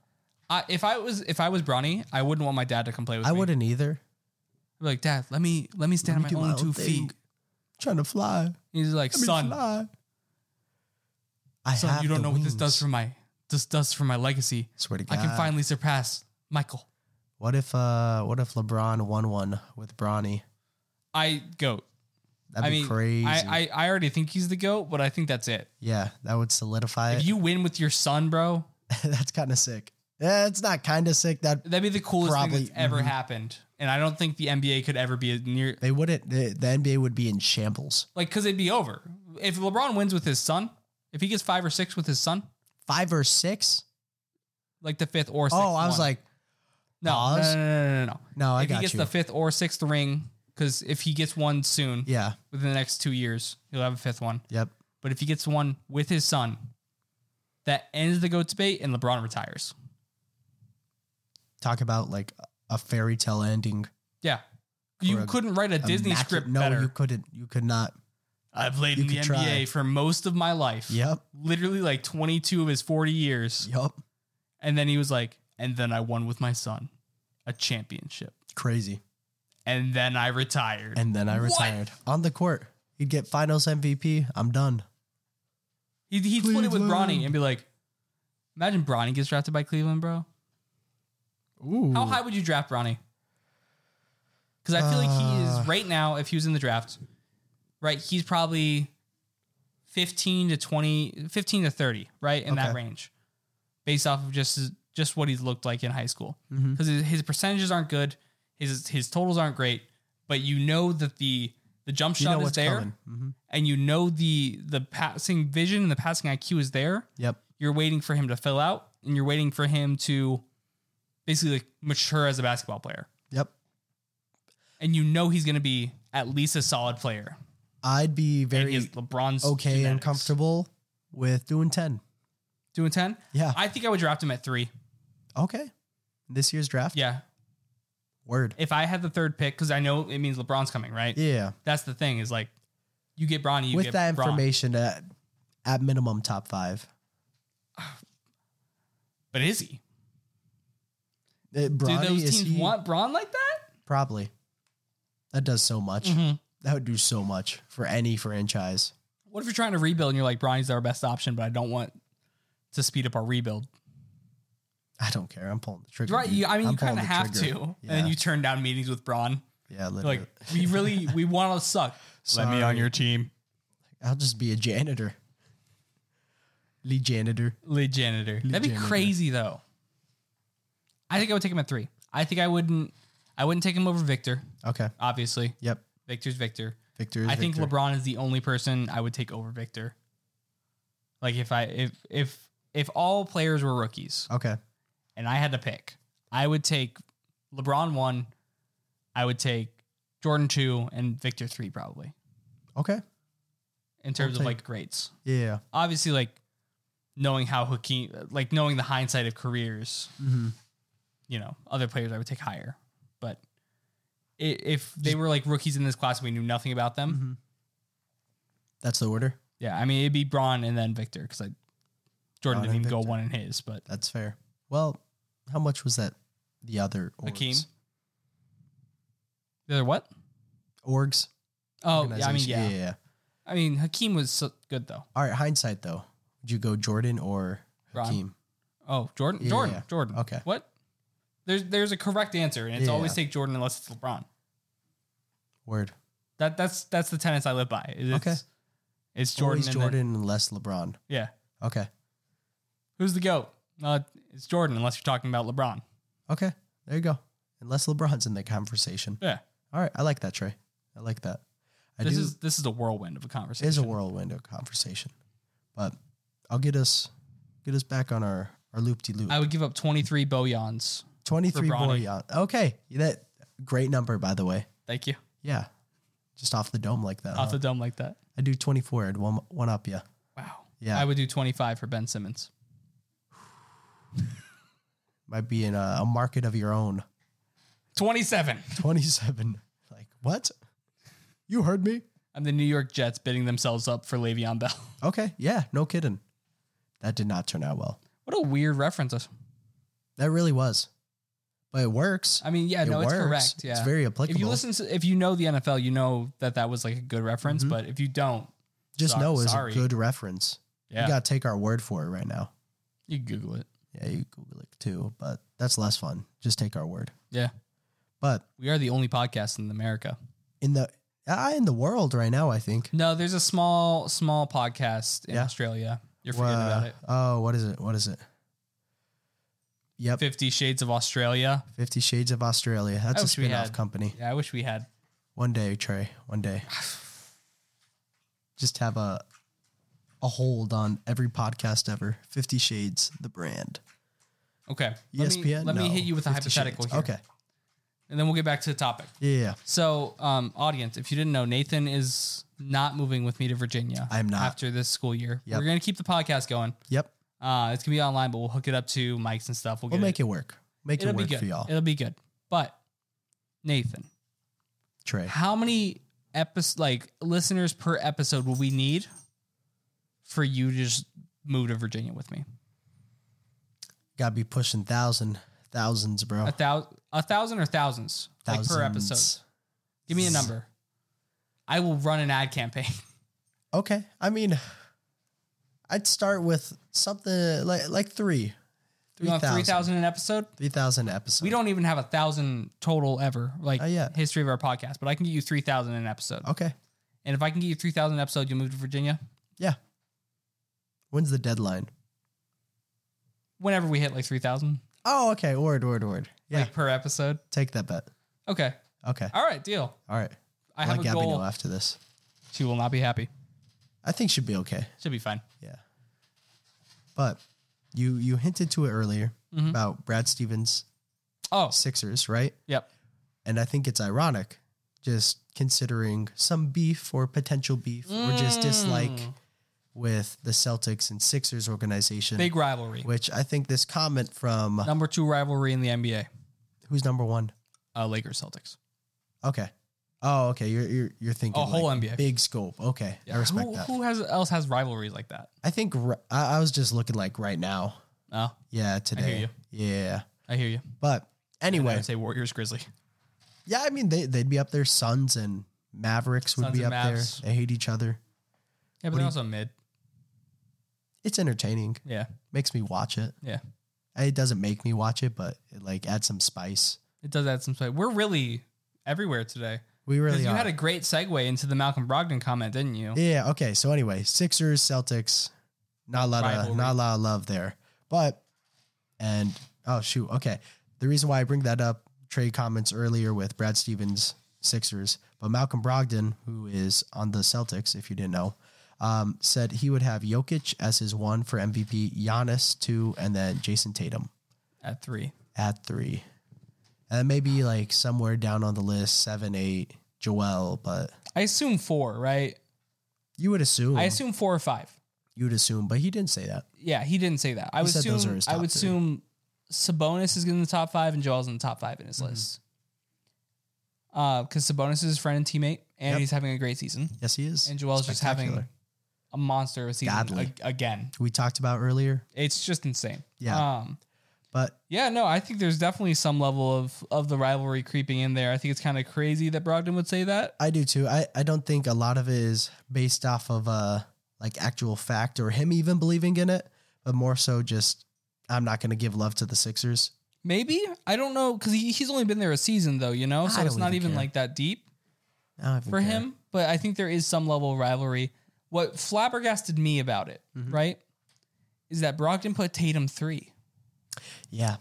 S1: I, if I was, if I was Bronny, I wouldn't want my dad to come play with
S2: I
S1: me.
S2: wouldn't either.
S1: I'd be like, Dad, let me, let me stand
S2: Let me
S1: on
S2: do
S1: my own
S2: my
S1: two
S2: own thing.
S1: feet.
S2: Trying to fly.
S1: He's like,
S2: Let me
S1: son,
S2: fly. I
S1: son,
S2: have
S1: you don't
S2: the
S1: know what this does
S2: wings.
S1: for my, this does for my legacy.
S2: Swear to
S1: I
S2: God.
S1: can finally surpass Michael.
S2: What if uh? What if LeBron won one with Bronny?
S1: I goat.
S2: That'd
S1: I
S2: be
S1: mean,
S2: crazy.
S1: I, I I already think he's the goat, but I think that's it.
S2: yeah, that would solidify
S1: If
S2: it.
S1: you win with your son, bro,
S2: that's kind of sick. Yeah, it's not kind of sick. That
S1: that'd be the coolest
S2: Probably,
S1: thing that's ever
S2: mhm.
S1: happened. And I don't think the NBA could ever be near
S2: they wouldn't. The, the NBA would be in shambles.
S1: like because it'd be over if LeBron wins with his son. If he gets five or six with his son,
S2: Five or six?
S1: like the fifth or sixth
S2: oh, I was
S1: one.
S2: like,
S1: no, no,
S2: pause.
S1: no, no, no, no.
S2: no, I
S1: if he
S2: got
S1: gets
S2: you.
S1: the fifth or sixth ring, because if he gets one soon
S2: yeah.
S1: within the next two years, he'll have a fifth one.
S2: Yep.
S1: But if he gets one with his son, that ends the goat debate, and LeBron retires.
S2: Talk about like a fairy tale ending.
S1: Yeah. You
S2: a-
S1: couldn't write a Disney
S2: Immaculate-
S1: script
S2: No,
S1: better.
S2: you couldn't. You could not.
S1: I played
S2: you
S1: in the
S2: could
S1: NBA
S2: try.
S1: for most of my life.
S2: Yep.
S1: Literally like 22 of his 40 years.
S2: Yep.
S1: And then he was like, and then I won with my son a championship.
S2: Crazy.
S1: And then I retired.
S2: And then I
S1: What?
S2: retired on the court. He'd get Finals MVP. I'm done.
S1: he, he'd split it with
S2: Cleveland.
S1: Bronny and be like, imagine Bronny gets drafted by Cleveland, bro.
S2: Ooh.
S1: How high would you draft Bronny? Because I feel like he
S2: Uh.
S1: is right now, if he was in the draft, right, he's probably 15 to 20, 15 to 30, right, in that
S2: Okay.
S1: range, based off of just his- just what he's looked like in high school.
S2: Mhm.
S1: Because his, his percentages aren't good, his his totals aren't great, but you know that the the jump
S2: You
S1: shot
S2: know
S1: is
S2: what's
S1: there,
S2: coming. Mhm.
S1: and you know the the passing vision and the passing IQ is there
S2: Yep.
S1: you're waiting for him to fill out and you're waiting for him to basically like mature as a basketball player.
S2: Yep.
S1: And you know he's going to be at least a solid player.
S2: I'd be
S1: and he has
S2: very
S1: LeBron's
S2: okay and
S1: genetics.
S2: comfortable with doing 10.
S1: doing 10.
S2: Yeah.
S1: I think I would draft him at 3.
S2: Okay. This year's draft.
S1: Yeah.
S2: Word.
S1: If I had the third pick cuz I know it means LeBron's coming, right?
S2: Yeah.
S1: That's the thing is like you get Bronny, you
S2: with
S1: get
S2: that
S1: Bron.
S2: information, at, at minimum, top five.
S1: But is he?
S2: Uh, Bronny,
S1: Do those
S2: is
S1: teams
S2: he-
S1: want Bron like that?
S2: Probably. That does so much.
S1: Mhm.
S2: That would do so much for any franchise.
S1: What if you're trying to rebuild and you're like Bronny's our best option, but I don't want to speed up our rebuild?
S2: I don't care. I'm pulling the trigger.
S1: Right.
S2: dude.
S1: You, I mean,
S2: Mm-hmm. I'm
S1: you
S2: pulling
S1: kind of
S2: the
S1: have
S2: trigger.
S1: to. And
S2: Yeah.
S1: then you turn down meetings with Braun.
S2: yeah,
S1: You're like,
S2: literally.
S1: we really, we want to suck.
S2: Sorry.
S1: team.
S2: I'll just be a janitor. Lead janitor.
S1: Lead janitor.
S2: Lead
S1: That'd be
S2: janitor.
S1: crazy, though. I think I would take him at three. I think I wouldn't, I wouldn't take him over Victor,
S2: Okay.
S1: obviously.
S2: Yep.
S1: Victor's Victor.
S2: Victor. Is
S1: I think
S2: Victor.
S1: LeBron is the only person I would take over Victor. Like if I, if, if, if all players were rookies,
S2: Okay.
S1: and I had to pick, I would take LeBron one, I would take Jordan two, and Victor three probably
S2: Okay.
S1: in terms
S2: I'll
S1: of
S2: take-
S1: like grades.
S2: Yeah.
S1: Obviously, like knowing how Hakeem, like knowing the hindsight of careers,
S2: Mm-hmm.
S1: you know, other players I would take higher. But i- if they were like rookies in this class, and we knew nothing about them.
S2: Mhm. That's the order.
S1: Yeah, I mean it'd be Braun and then Victor because I Jordan
S2: Bron
S1: didn't
S2: and
S1: even go
S2: Victor.
S1: one in his, but
S2: That's fair. Well, how much was that? The other orgs.
S1: Hakeem. The other what?
S2: Orgs.
S1: Oh, yeah, I mean,
S2: organization.
S1: yeah.
S2: yeah, yeah.
S1: I mean, Hakeem was so good though.
S2: All right. Hindsight though, would you go Jordan or
S1: Bron.
S2: Hakeem?
S1: Oh, Jordan,
S2: Yeah,
S1: Jordan,
S2: yeah.
S1: Jordan.
S2: Okay.
S1: What? There's there's a correct answer, and it's
S2: Yeah.
S1: always take Jordan unless it's LeBron.
S2: Word.
S1: That that's that's the tenets I live by. It's,
S2: Okay.
S1: It's Jordan.
S2: Jordan.
S1: and then-
S2: Jordan, less LeBron.
S1: yeah.
S2: Okay.
S1: Who's the goat? Uh, it's Jordan, unless you're talking about LeBron.
S2: Okay. There you go. Unless LeBron's in the conversation.
S1: Yeah.
S2: All right. I like that, Trey. I like that. I
S1: this
S2: do.
S1: is this is a whirlwind of a
S2: it
S1: conversation.
S2: is a whirlwind of conversation, but I'll get us get us back on our our loop de loop.
S1: I would give up 23 Boyans.
S2: Twenty three
S1: for Bronny.
S2: Boyan. Okay, that great number by the way.
S1: Thank you.
S2: Yeah, just off the dome like that.
S1: Off
S2: huh?
S1: the dome like that.
S2: I do twenty four. I'd one one up you.
S1: Wow.
S2: Yeah.
S1: I would do 25 for Ben Simmons.
S2: Might be in a, a market of your own.
S1: 27.
S2: Twenty seven. Like what? You heard me.
S1: I'm the New York Jets bidding themselves up for Le'Veon Bell.
S2: Okay. Yeah. No kidding. That did not turn out well.
S1: What a weird reference.
S2: That really was, but it works.
S1: I mean, Uh, yeah,
S2: it
S1: no,
S2: works.
S1: it's correct. Yeah.
S2: It's very applicable.
S1: if you listen to, if you know the NFL, you know that that was like a good reference,
S2: Mm-hmm.
S1: but if you don't,
S2: just
S1: so-
S2: know it's a
S1: sorry.
S2: good reference.
S1: yeah,
S2: You
S1: you,
S2: got to take our word for it right now.
S1: Google it.
S2: Yeah, you Google it too, but that's less fun. Just take our word.
S1: Yeah.
S2: But
S1: We are the only podcast in America.
S2: in the ah, in the world right now, I think.
S1: No, there's a small, small podcast in
S2: Yeah.
S1: Australia. You're forgetting
S2: Wha-
S1: about it.
S2: Oh, what is it? What is it? Yep,
S1: Fifty Shades of Australia.
S2: Fifty Shades of Australia. That's
S1: I
S2: a
S1: wish we
S2: spin-off
S1: had-
S2: company.
S1: Yeah, I wish we had.
S2: One day, Trey. One day. Just have a a hold on every podcast ever. Fifty Shades, the brand. E
S1: Okay. Let me-
S2: ESPN.
S1: Let me,
S2: No.
S1: hit you with a
S2: 50
S1: hypothetical
S2: Shades.
S1: here.
S2: Okay.
S1: And then we'll get back to the topic.
S2: Yeah, yeah, yeah.
S1: So, um, audience, if you didn't know, Nathan is not moving with me to Virginia.
S2: I'm not.
S1: After this school year.
S2: Yep.
S1: We're going to keep the podcast going.
S2: Yep.
S1: Uh, it's going to be online, but we'll hook it up to mics and stuff. We'll,
S2: We'll
S1: get
S2: make it work. Make
S1: It'll
S2: it
S1: be
S2: work
S1: good.
S2: for y'all,
S1: It'll be good. But, Nathan,
S2: Trey.
S1: how many episodes, like listeners per episode, will we need for you to just move to Virginia with me?
S2: Gotta be pushing thousand, thousands, bro.
S1: A thousand, a thousand or thousands,
S2: Oh. Thousands.
S1: like per episode. Give me a number. I will run an ad campaign.
S2: Okay. I mean, I'd start with something like like three.
S1: You want
S2: 3,000.
S1: 3,000 an episode?
S2: 3,000 episodes.
S1: We don't even have a thousand total ever, like
S2: Oh, yeah.
S1: history of our podcast. But I can get you three thousand an episode,
S2: Okay.
S1: and if I can get you three thousand an episode, you'll move to Virginia
S2: Yeah. When's the deadline?
S1: whenever we hit like three thousand,
S2: Oh, okay. Word, word, word. Yeah.
S1: like per episode.
S2: Take that bet.
S1: Okay,
S2: Okay.
S1: all right, deal.
S2: All right.
S1: I
S2: Let
S1: have a
S2: Gabby
S1: goal.
S2: know after this.
S1: She will not be happy.
S2: I think she'll be okay.
S1: Should be fine.
S2: Yeah. But you you hinted to it earlier
S1: Mm-hmm.
S2: about Brad Stevens
S1: Oh,
S2: Sixers, right?
S1: yep.
S2: And I think it's ironic, just considering some beef or potential beef or just dislike
S1: Mm.
S2: with the Celtics and Sixers organization,
S1: Big rivalry.
S2: which I think this comment from
S1: Number two rivalry in the NBA.
S2: who's number one?
S1: Uh, Lakers Celtics.
S2: Okay. Oh, okay. You're you're, you're thinking
S1: Oh, whole
S2: like,
S1: NBA.
S2: big scope. Okay, I respect
S1: who,
S2: that.
S1: Who has else has rivalries like that?
S2: I think r I I I was just looking like right now.
S1: Oh,
S2: Yeah, today.
S1: you.
S2: Yeah,
S1: I hear you.
S2: but
S1: I
S2: anyway,
S1: would say Warriors Grizzly.
S2: yeah. I mean, they they'd be up there. Suns and Mavericks would
S1: Suns
S2: be up
S1: and Mavs.
S2: there. They hate each other.
S1: Yeah, but they're also mid.
S2: It's entertaining.
S1: Yeah,
S2: Makes me watch it.
S1: yeah.
S2: It doesn't make me watch it, but it like adds some spice.
S1: It does add some spice. We're really everywhere today.
S2: We
S1: Because
S2: really
S1: you
S2: are.
S1: had a great segue into the Malcolm Brogdon comment, didn't you?
S2: Yeah. Okay. So anyway, Sixers, Celtics, not a lot
S1: Rivalry.
S2: of not a lot of love there, but and oh shoot. Okay. The reason why I bring that up, Trey comments earlier with Brad Stevens Sixers, but Malcolm Brogdon, who is on the Celtics, if you didn't know, um, said he would have Jokic as his one for MVP, Giannis two, and then Jason Tatum
S1: At three.
S2: at three, and maybe like somewhere down on the list seven, eight, Joel, but
S1: I assume four, right?
S2: you would assume
S1: I assume four or five.
S2: you would assume, but he didn't say that.
S1: Yeah, he didn't say that. I would
S2: said
S1: assume
S2: those are his
S1: I
S2: top
S1: would
S2: three.
S1: assume Sabonis is in the top five and Joel's in the top five in his
S2: Mm-hmm.
S1: list. Uh, because Sabonis is his friend and teammate, and
S2: Yep.
S1: he's having a great season.
S2: Yes, he is.
S1: And Joel's just having
S2: Spectacular.
S1: a monster of a season
S2: Godly.
S1: ag- again.
S2: we talked about earlier,
S1: It's just insane.
S2: Yeah.
S1: Um,
S2: but
S1: Yeah, no, I think there's definitely some level of of the rivalry creeping in there. I think it's kind of crazy that Brogdon would say that.
S2: I do too. I, I don't think a lot of it is based off of uh like actual fact or him even believing in it, but more so just I'm not going to give love to the Sixers.
S1: Maybe I don't know because he, he's only been there a season though, you know, so
S2: I
S1: it's
S2: don't
S1: not
S2: even
S1: even
S2: care.
S1: like that deep
S2: I don't even
S1: for
S2: care.
S1: him. But I think there is some level of rivalry. What flabbergasted me about it,
S2: Mm-hmm.
S1: right, is that Brogdon put Tatum three.
S2: Yeah.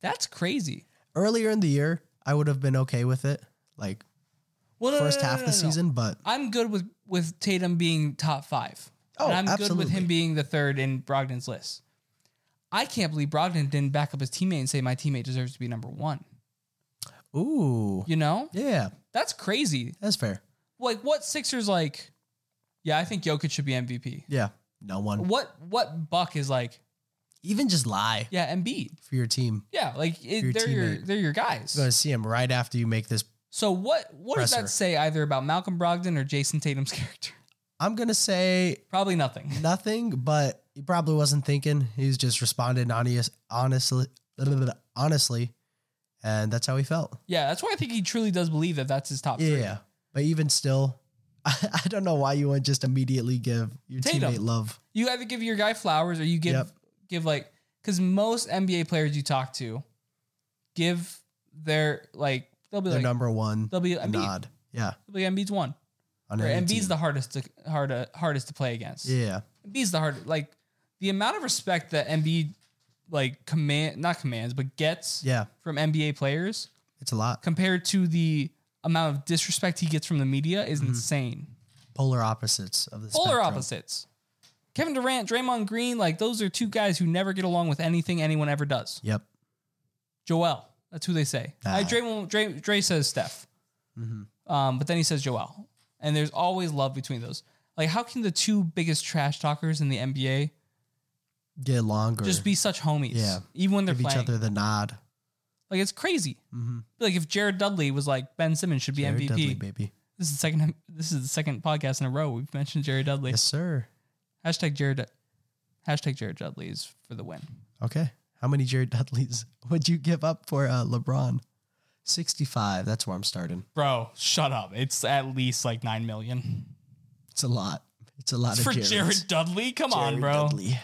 S1: That's crazy.
S2: Earlier in the year, I would have been okay with it. Like
S1: Well, no, no,
S2: first
S1: no, no,
S2: half of
S1: no,
S2: the
S1: no, no.
S2: season, but
S1: I'm good with with Tatum being top five.
S2: Oh,
S1: and I'm good with
S2: absolutely.
S1: him being the third in Brogdon's list. I can't believe Brogdon didn't back up his teammate and say my teammate deserves to be number one.
S2: ooh,
S1: You know,
S2: yeah,
S1: that's crazy.
S2: that's fair.
S1: Like what Sixers like? Yeah, I think Jokic should be MVP.
S2: Yeah, no one
S1: What what Buck is like?
S2: even just lie
S1: Yeah, Embiid.
S2: for your team.
S1: Yeah, like it,
S2: Your
S1: they're your
S2: teammate.
S1: they're your guys.
S2: You're gonna see him right after you make this.
S1: So what what does
S2: Presser.
S1: that say either about Malcolm Brogdon or Jason Tatum's character?
S2: I'm gonna say
S1: Probably nothing.
S2: nothing, but he probably wasn't thinking. He's just responded honest, honestly, honestly, and that's how he felt.
S1: Yeah, that's why I think he truly does believe that that's his top three.
S2: Yeah, but even still, I, I don't know why you wouldn't just immediately give your
S1: Tatum.
S2: teammate love.
S1: You either give your guy flowers or you give
S2: Yep.
S1: give like because most NBA players you talk to give their like they'll be
S2: Their
S1: like
S2: number one
S1: they'll be Embiid,
S2: nod. Yeah,
S1: they'll be Embiid's one.
S2: on
S1: Or
S2: any
S1: Embiid's
S2: team.
S1: the hardest to hard uh, hardest to play against.
S2: yeah.
S1: Embiid's the hard like the amount of respect that Embiid like command not commands but gets
S2: Yeah,
S1: from NBA players
S2: it's a lot.
S1: compared to the amount of disrespect he gets from the media is insane.
S2: Polar opposites of the
S1: Polar
S2: Mm-hmm. spectrum.
S1: opposites. Kevin Durant, Draymond Green, like those are two guys who never get along with anything anyone ever does.
S2: Yep.
S1: Joel, that's who they say.
S2: Ah. Mm-hmm.
S1: I, Draymond, Dray, Dray says Steph, um, but then he says Joel, and there's always love between those. Like, how can the two biggest trash talkers in the NBA
S2: Get longer.
S1: just be such homies?
S2: Yeah.
S1: even when they're
S2: give each
S1: playing,
S2: other the nod.
S1: like it's crazy.
S2: Mhm.
S1: Like if Jared Dudley was like Ben Simmons should be
S2: Jared
S1: MVP.
S2: Dudley, baby.
S1: This is the second. This is the second podcast in a row we've mentioned Jared Dudley.
S2: Yes, sir.
S1: Hashtag Jared. Hashtag Jared Dudley is for the win.
S2: Okay. How many Jared Dudleys would you give up for uh, LeBron? 65. That's where I'm starting.
S1: Bro, shut up. It's at least like nine million
S2: It's a lot. It's a lot of
S1: for
S2: Jareds.
S1: Jared Dudley. Come on,
S2: Jared
S1: bro.
S2: Dudley.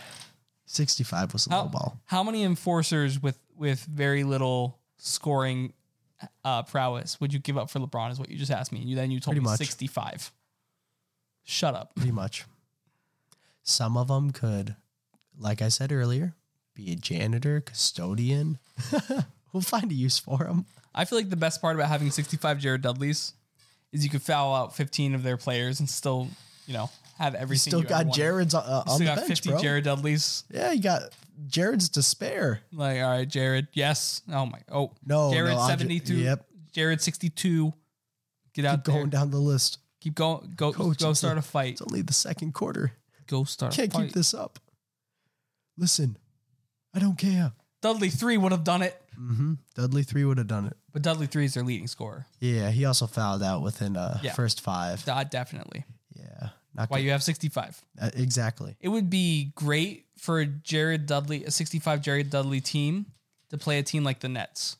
S2: 65 was a low
S1: How,
S2: ball.
S1: how many enforcers with with very little scoring uh, prowess would you give up for LeBron? Is what you just asked me. You then you told
S2: Pretty
S1: me
S2: much.
S1: sixty five. Shut up.
S2: Pretty much. Some of them could, like I said earlier, be a janitor, custodian. we'll find a use for them.
S1: I feel like the best part about having sixty five Jared Dudleys is you could foul out fifteen of their players and still you know have everything.
S2: Still
S1: you ever
S2: got
S1: wanted.
S2: Jared's uh,
S1: You
S2: on the
S1: still got
S2: bench,
S1: fifty
S2: bro.
S1: Jared Dudleys.
S2: Yeah, you got Jared's to spare.
S1: Like, all right, Jared, yes. Oh my, oh
S2: No,
S1: Jared
S2: no, I'm ju-
S1: seventy two.
S2: yep.
S1: Jared sixty two. Get
S2: Keep
S1: out there.
S2: going down the list.
S1: Keep going. Go
S2: Coach,
S1: go
S2: it's
S1: start
S2: a-
S1: a fight.
S2: It's only the second quarter.
S1: Go start.
S2: Can't
S1: a fight.
S2: keep this up. Listen, I don't care.
S1: Dudley three would have done it,
S2: Mm-hmm. Dudley three would have done it.
S1: but Dudley three is their leading scorer.
S2: Yeah, he also fouled out within uh
S1: Yeah.
S2: first five.
S1: Ah, definitely.
S2: Yeah, not
S1: Why
S2: good.
S1: you have sixty five?
S2: Uh, exactly.
S1: It would be great for Jared Dudley, a sixty five Jared Dudley team, to play a team like the Nets.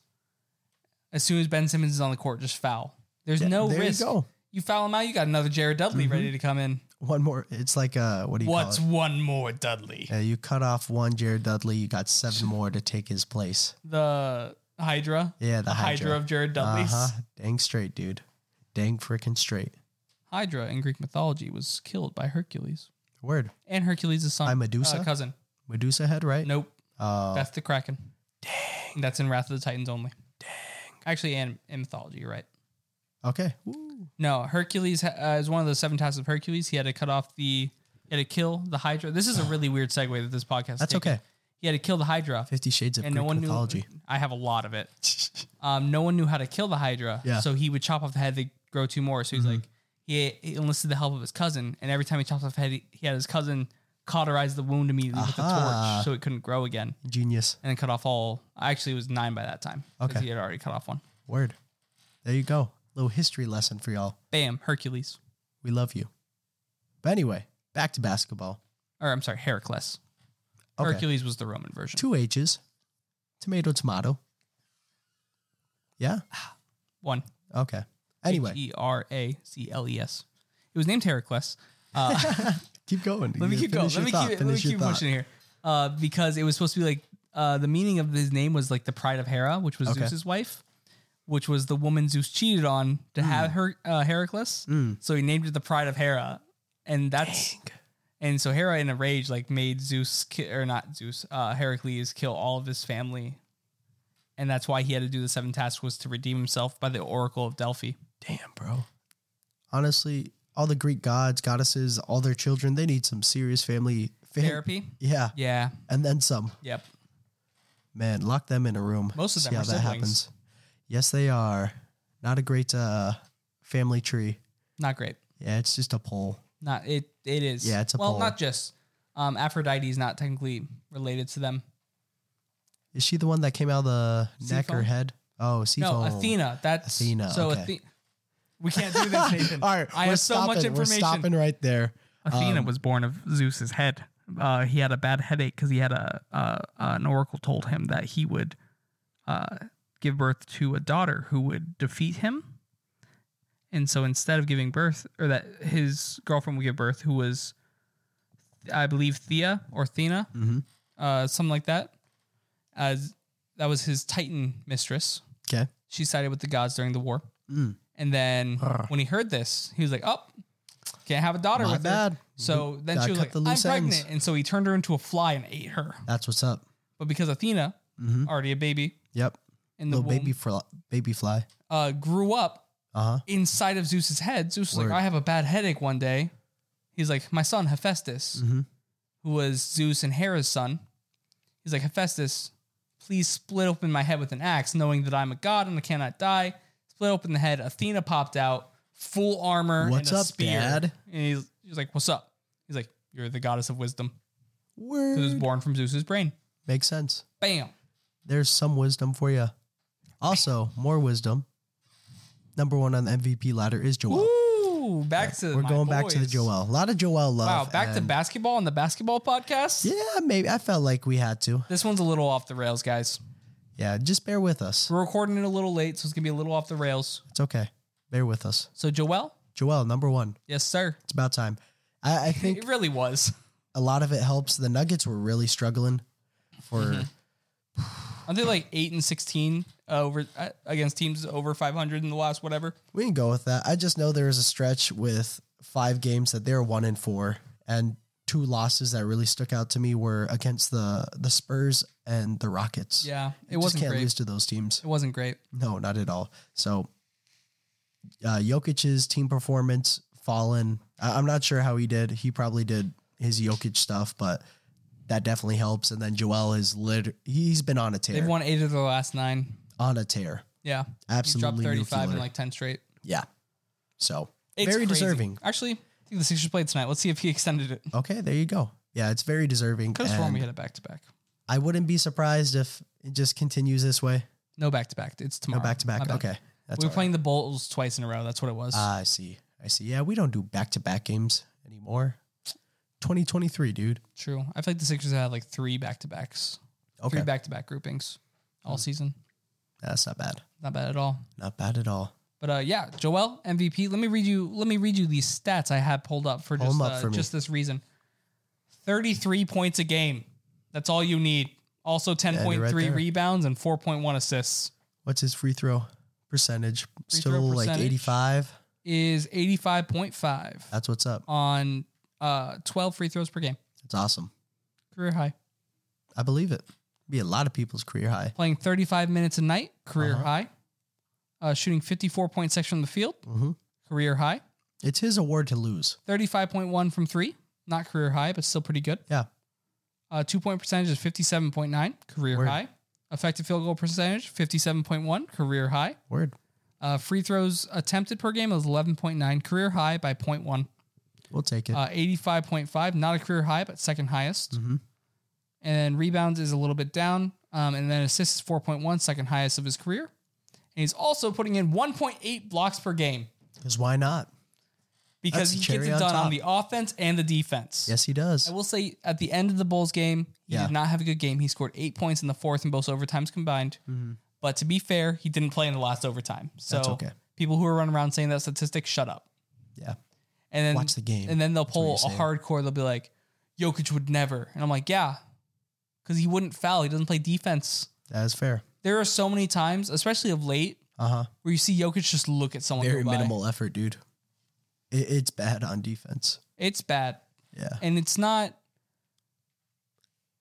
S1: As soon as Ben Simmons is on the court, just foul. There's
S2: Yeah,
S1: no
S2: there
S1: risk.
S2: you
S1: You,
S2: go.
S1: foul him out, you got another Jared Dudley
S2: Mhm.
S1: ready to come in.
S2: One more. It's like uh, what do you
S1: What's
S2: call
S1: one more Dudley?
S2: it? Yeah, you cut off one Jared Dudley. You got seven more to take his place.
S1: The Hydra.
S2: Yeah, the
S1: The Hydra,
S2: Hydra.
S1: of Jared Dudley's.
S2: Uh-huh. Dang straight, dude. Dang freaking straight.
S1: Hydra in Greek mythology was killed by Hercules
S2: Word.
S1: and Hercules' son,
S2: By Medusa?
S1: uh, cousin.
S2: Medusa head, right?
S1: Nope,
S2: Uh,
S1: that's the Kraken. Dang, that's in Wrath of the Titans only. Dang, actually, and in mythology, you're right?
S2: okay. Woo.
S1: No, Hercules ha- uh, is one of the seven tasks of Hercules. He had to cut off the, he had to kill the Hydra. This is a really weird segue that this podcast.
S2: That's
S1: taken.
S2: okay.
S1: He had to kill the Hydra,
S2: Fifty Shades of
S1: and
S2: Greek
S1: no one
S2: mythology.
S1: knew. I have a lot of it. um, no one knew how to kill the Hydra.
S2: Yeah. Mm-hmm.
S1: So he would chop off the head to grow two more. So he's like, he, he enlisted the help of his cousin, and every time he chopped off the head, he, he had his cousin cauterize the wound immediately with a
S2: Aha.
S1: torch, so it couldn't grow again,
S2: Genius.
S1: and then cut off all. Actually, it was nine by that time. 'cause
S2: Okay.
S1: he had already cut off one.
S2: Word. There you go. Little history lesson for y'all.
S1: Bam, Hercules,
S2: We love you. But anyway, back to basketball.
S1: or I'm sorry, Heracles.
S2: Okay.
S1: Hercules was the Roman version.
S2: Two H's. Tomato, tomato. Yeah.
S1: One.
S2: Okay. Anyway,
S1: E R A C L E S. It was named Heracles. Uh,
S2: keep going.
S1: Let me
S2: You
S1: keep going. Let
S2: finish your
S1: me
S2: thought.
S1: keep, let me
S2: Finish your
S1: keep
S2: thought.
S1: pushing here. Uh, because it was supposed to be like uh, the meaning of his name was like the pride of Hera, which was
S2: Okay.
S1: Zeus's wife, which was the woman Zeus cheated on to
S2: Mm.
S1: have her uh, Heracles. So he named it the pride of Hera, and that's and so Hera in a rage like made Zeus ki- or not Zeus uh, Heracles kill all of his family, and that's why he had to do the seven tasks was to redeem himself by the Oracle of Delphi.
S2: Damn, bro. honestly, all the Greek gods, goddesses, all their children, they need some serious family fam-
S1: Therapy.
S2: Yeah,
S1: Yeah.
S2: and then some.
S1: Yep.
S2: Man, lock them in a room.
S1: Most of them are siblings.
S2: Yes, they are. Not a great uh, family tree.
S1: Not great.
S2: Yeah, it's just a pole.
S1: Not it. It is.
S2: Yeah, it's a
S1: well,
S2: pole.
S1: not just. Um, Aphrodite is not technically related to them.
S2: Is she the one that came out of the neck or
S1: Seafoam?
S2: head? Oh, seafoam.
S1: No, Athena. That's
S2: Athena,
S1: So
S2: okay.
S1: Athe- we can't do this, Nathan.
S2: All right,
S1: I
S2: we're
S1: have so
S2: stopping.
S1: much
S2: We're
S1: information.
S2: stopping right there.
S3: Athena
S2: Um,
S3: was born of Zeus's head. Uh, he had a bad headache because he had a uh, an oracle told him that he would uh, give birth to a daughter who would defeat him, and so instead of giving birth, or that his girlfriend would give birth, who was, I believe, Thea or Athena,
S2: Mhm.
S1: uh, something like that. As that was his Titan mistress.
S2: Okay.
S1: She sided with the gods during the war,
S2: Mm.
S1: and then
S2: Ugh.
S1: when he heard this, he was like, "Oh, can't have a daughter
S2: My
S1: with her."
S2: bad. Mm-hmm.
S1: So then
S2: Gotta
S1: she was
S2: cut
S1: like,
S2: the
S1: "I'm
S2: loose
S1: pregnant,"
S2: ends.
S1: and so he turned her into a fly and ate her.
S2: That's what's up.
S1: But because Athena,
S2: hmm
S1: already a baby
S2: Yep.
S1: in the
S2: Little
S1: womb,
S2: baby fly, baby fly.
S1: uh, grew up
S2: Uh huh.
S1: inside of Zeus's head. Zeus was
S2: Word.
S1: like, I have a bad headache one day. He's like, my son Hephaestus,
S2: Mhm.
S1: who was Zeus and Hera's son. He's like, Hephaestus, please split open my head with an axe, knowing that I'm a god and I cannot die. Split open the head. Athena popped out, full armor.
S2: What's
S1: and a
S2: up,
S1: spear.
S2: Dad?
S1: And he's, he's like, what's up? He's like, you're the goddess of wisdom. Because it was
S2: Word.
S1: born from Zeus's brain.
S2: Makes sense.
S1: Bam.
S2: There's some wisdom for you. Also, more wisdom. Number one on the MVP ladder is Joel.
S1: Ooh, back to
S2: We're
S1: my
S2: going back to the
S1: boys.
S2: Joel. A lot of Joel
S1: Wow,
S2: love.
S1: back to
S2: and-
S1: basketball on the basketball podcast.
S2: Yeah, maybe I felt like we had to.
S1: This one's a little off the rails, guys.
S2: Yeah, just bear with us.
S1: We're recording it a little late, so it's gonna be a little off the rails.
S2: It's okay. Bear with us.
S1: So Joel,
S2: Joel, number one.
S1: yes, sir.
S2: It's about time. I, I think
S1: It really was.
S2: a lot of it helps. The Nuggets were really struggling
S1: Mm-hmm.
S2: for
S1: Aren't they like eight and sixteen uh, over uh, against teams over five hundred in the last whatever?
S2: We can go with that. I just know there was a stretch with five games that they were one and four, and two losses that really stuck out to me were against the the Spurs and the Rockets.
S1: Yeah, it
S2: you just
S1: wasn't
S2: can't
S1: great.
S2: lose to those teams.
S1: It wasn't great.
S2: No, not at all. So, uh, Jokic's team performance fallen. I- I'm not sure how he did. He probably did his Jokic stuff, but that definitely helps. And then Joel is lit. He's been on a tear.
S1: They've won eight of their last nine.
S2: on a tear.
S1: Yeah, he dropped
S2: Absolutely
S1: thirty-five
S2: nuclear.
S1: in like ten straight.
S2: yeah. So
S1: It's
S2: very
S1: crazy.
S2: deserving.
S1: Actually, I think the Sixers played tonight. Let's see if he extended it.
S2: Okay, there you go. Yeah, it's very deserving.
S1: Could have sworn
S2: and
S1: we had a back-to-back.
S2: I wouldn't be surprised if it just continues this way.
S1: No back-to-back. It's
S2: No
S1: tomorrow.
S2: back to
S1: My
S2: back.
S1: bad.
S2: Okay. That's
S1: we were
S2: all right.
S1: playing the Bulls twice in a row. That's what it was.
S2: Ah, I see. I see. Yeah, we don't do back to back games anymore. 2023, dude.
S1: True. I feel like the Sixers had like three back to backs,
S2: Okay. Hmm.
S1: three back to back groupings all season.
S2: That's not bad.
S1: Not bad at all.
S2: Not bad at all.
S1: But uh, yeah, Joel MVP. Let me read you. Let me read you these stats I had pulled up for
S2: Pull
S1: just
S2: 'em up
S1: uh,
S2: for me.
S1: just this reason. Thirty three points a game. That's all you need. Also ten point three
S2: there.
S1: rebounds and four point one assists.
S2: What's his free throw percentage?
S1: Free
S2: Still
S1: throw
S2: like
S1: percentage?
S2: 85.
S1: Is eighty five point five
S2: That's what's up.
S1: on uh twelve free throws per game.
S2: It's awesome.
S1: Career high.
S2: I believe it. Be a lot of people's career high.
S1: Playing thirty five minutes a night. Career
S2: Uh-huh.
S1: high. Uh, shooting fifty four point six from the field.
S2: hmm
S1: Career high.
S2: It's his award to lose.
S1: 35.1 from three, not career high, but still pretty good.
S2: Yeah.
S1: Uh, two point percentage is 57.9, career
S2: Word.
S1: high. Effective field goal percentage, 57.1, career high.
S2: Word.
S1: Uh, free throws attempted per game is 11.9, career high by 0.1.
S2: We'll take it.
S1: Uh, 85.5, not a career high, but second highest.
S2: Mhm.
S1: And rebounds is a little bit down. Um, and then assists is 4.1, second highest of his career. And he's also putting in 1.8 blocks per game
S2: Because why not?
S1: because
S2: That's
S1: he
S2: the
S1: gets
S2: cherry
S1: it
S2: on
S1: done on
S2: top.
S1: the offense and the defense.
S2: Yes, he does.
S1: I will say at the end of the Bulls game, he
S2: Yeah.
S1: did not have a good game. He scored eight points in the fourth and both overtimes combined. But to be fair, he didn't play in the last overtime. So
S2: Mm-hmm. That's okay.
S1: people who are running around saying that statistic, shut up.
S2: Yeah.
S1: And then
S2: Watch the game.
S1: And then they'll
S2: what
S1: pull
S2: you're
S1: a
S2: saying.
S1: hardcore. They'll be like, Jokic would never. And I'm like, yeah, because he wouldn't foul. He doesn't play defense.
S2: That is fair.
S1: There are so many times, especially of late,
S2: Uh huh.
S1: where you see Jokic just look at someone.
S2: Very
S1: go by.
S2: minimal effort, dude. It, it's bad on defense.
S1: It's bad.
S2: Yeah.
S1: and it's not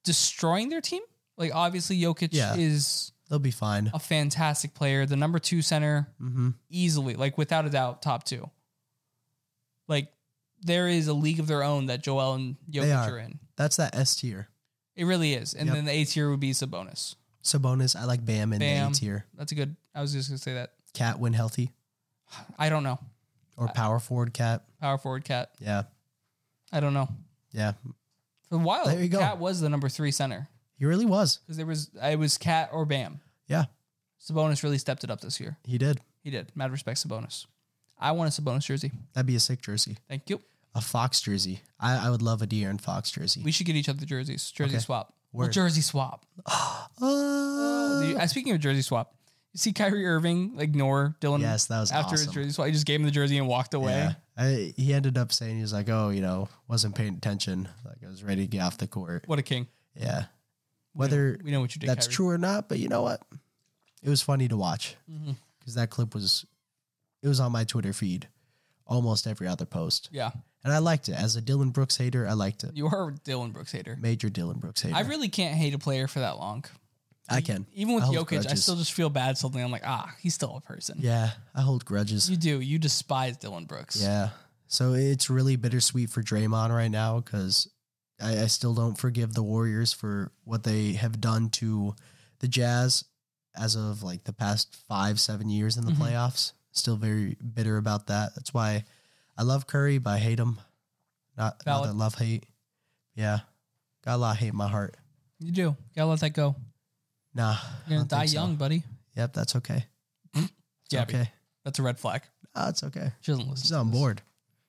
S1: destroying their team. Like obviously, Jokic
S2: Yeah.
S1: is
S2: They'll be fine.
S1: a fantastic player, the number two center,
S2: Mm-hmm.
S1: easily, like without a doubt, top two. Like there is a league of their own that Joel and
S2: They
S1: Jokic
S2: are.
S1: are in.
S2: That's that S tier.
S1: It really is. And
S2: Yep.
S1: then the A tier would be Sabonis.
S2: Sabonis, I like Bam in
S1: Bam.
S2: the A tier.
S1: That's a good. I was just gonna say that.
S2: Cat when healthy
S1: I don't know.
S2: or power forward cat.
S1: Power forward cat.
S2: Yeah.
S1: I don't know.
S2: Yeah.
S1: For a while,
S2: There you go.
S1: Cat was the number three center
S2: He really was.
S1: because there was it was Cat or Bam.
S2: Yeah.
S1: Sabonis really stepped it up this year.
S2: He did.
S1: He did. Mad respect Sabonis. I want a Sabonis jersey.
S2: That'd be a sick jersey.
S1: Thank you.
S2: A Fox jersey. I, I would love a De'Aaron Fox jersey.
S1: We should get each other jerseys. Jersey
S2: Okay.
S1: swap. Well,
S2: Word.
S1: jersey swap.
S2: Oh,
S1: The- uh, speaking of jersey swap, you see Kyrie Irving ignore Dylan
S2: yes, that was
S1: after his
S2: awesome.
S1: jersey swap. He just gave him the jersey and walked away.
S2: Yeah. I, he ended up saying he was like, "Oh, you know, wasn't paying attention. Like I was ready to get off the court."
S1: What a king.
S2: Yeah. Whether
S1: We know what you did.
S2: that's
S1: Kyrie.
S2: true or not, but you know what? It was funny to watch
S1: Mhm.
S2: because that clip was, it was on my Twitter feed, almost every other post,
S1: Yeah.
S2: and I liked it. As a Dylan Brooks hater, I liked it.
S1: You are a Dylan Brooks hater.
S2: Major Dylan Brooks hater.
S1: I really can't hate a player for that long.
S2: I can.
S1: Even with
S2: I hold
S1: Jokic, I
S2: grudges.
S1: still just feel bad suddenly. I'm like, ah, he's still a person.
S2: Yeah, I hold grudges.
S1: You do. You despise Dylan Brooks.
S2: Yeah. So it's really bittersweet for Draymond right now because I, I still don't forgive the Warriors for what they have done to the Jazz as of like the past five, seven years in the
S1: Mhm.
S2: playoffs. Still very bitter about that. That's why I love Curry, but I hate him. Not, not
S1: Valid.
S2: that love hate. Yeah. Got a lot of hate in my heart.
S1: You do. Gotta let that go.
S2: Nah. I
S1: You're gonna
S2: don't
S1: die
S2: think so.
S1: young, buddy.
S2: Yep, that's okay. It's
S1: Gabby.
S2: okay.
S1: That's a red flag.
S2: Oh, it's okay.
S1: She doesn't listen.
S2: She's
S1: to
S2: on
S1: this.
S2: board.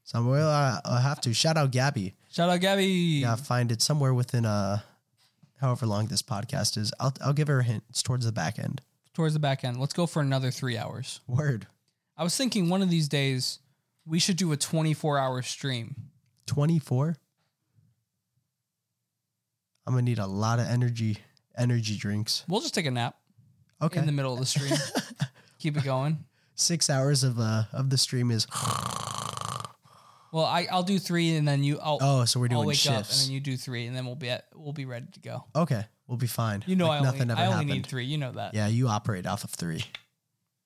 S2: So I'm, well, I, I have to shout out Gabby.
S1: Shout out Gabby.
S2: Yeah, find it somewhere within uh however long this podcast is. I'll I'll give her a hint. It's towards the back end.
S1: Towards the back end. Let's go for another three hours.
S2: Word.
S1: I was thinking one of these days we should do a 24 hour stream.
S2: Twenty four. I'm gonna need a lot of energy energy drinks.
S1: We'll just take a nap
S2: Okay.
S1: in the middle of the stream. Keep it going.
S2: Six hours of uh of the stream is
S1: Well, I, I'll do three and then you. I'll,
S2: oh, so we're
S1: I'll
S2: doing
S1: wake up and
S2: shifts.
S1: then you do three and then we'll be at, we'll be ready to go.
S2: okay, we'll be fine.
S1: You know,
S2: Like
S1: I only, I only
S2: happened.
S1: need three. You know that.
S2: Yeah, you operate off of three.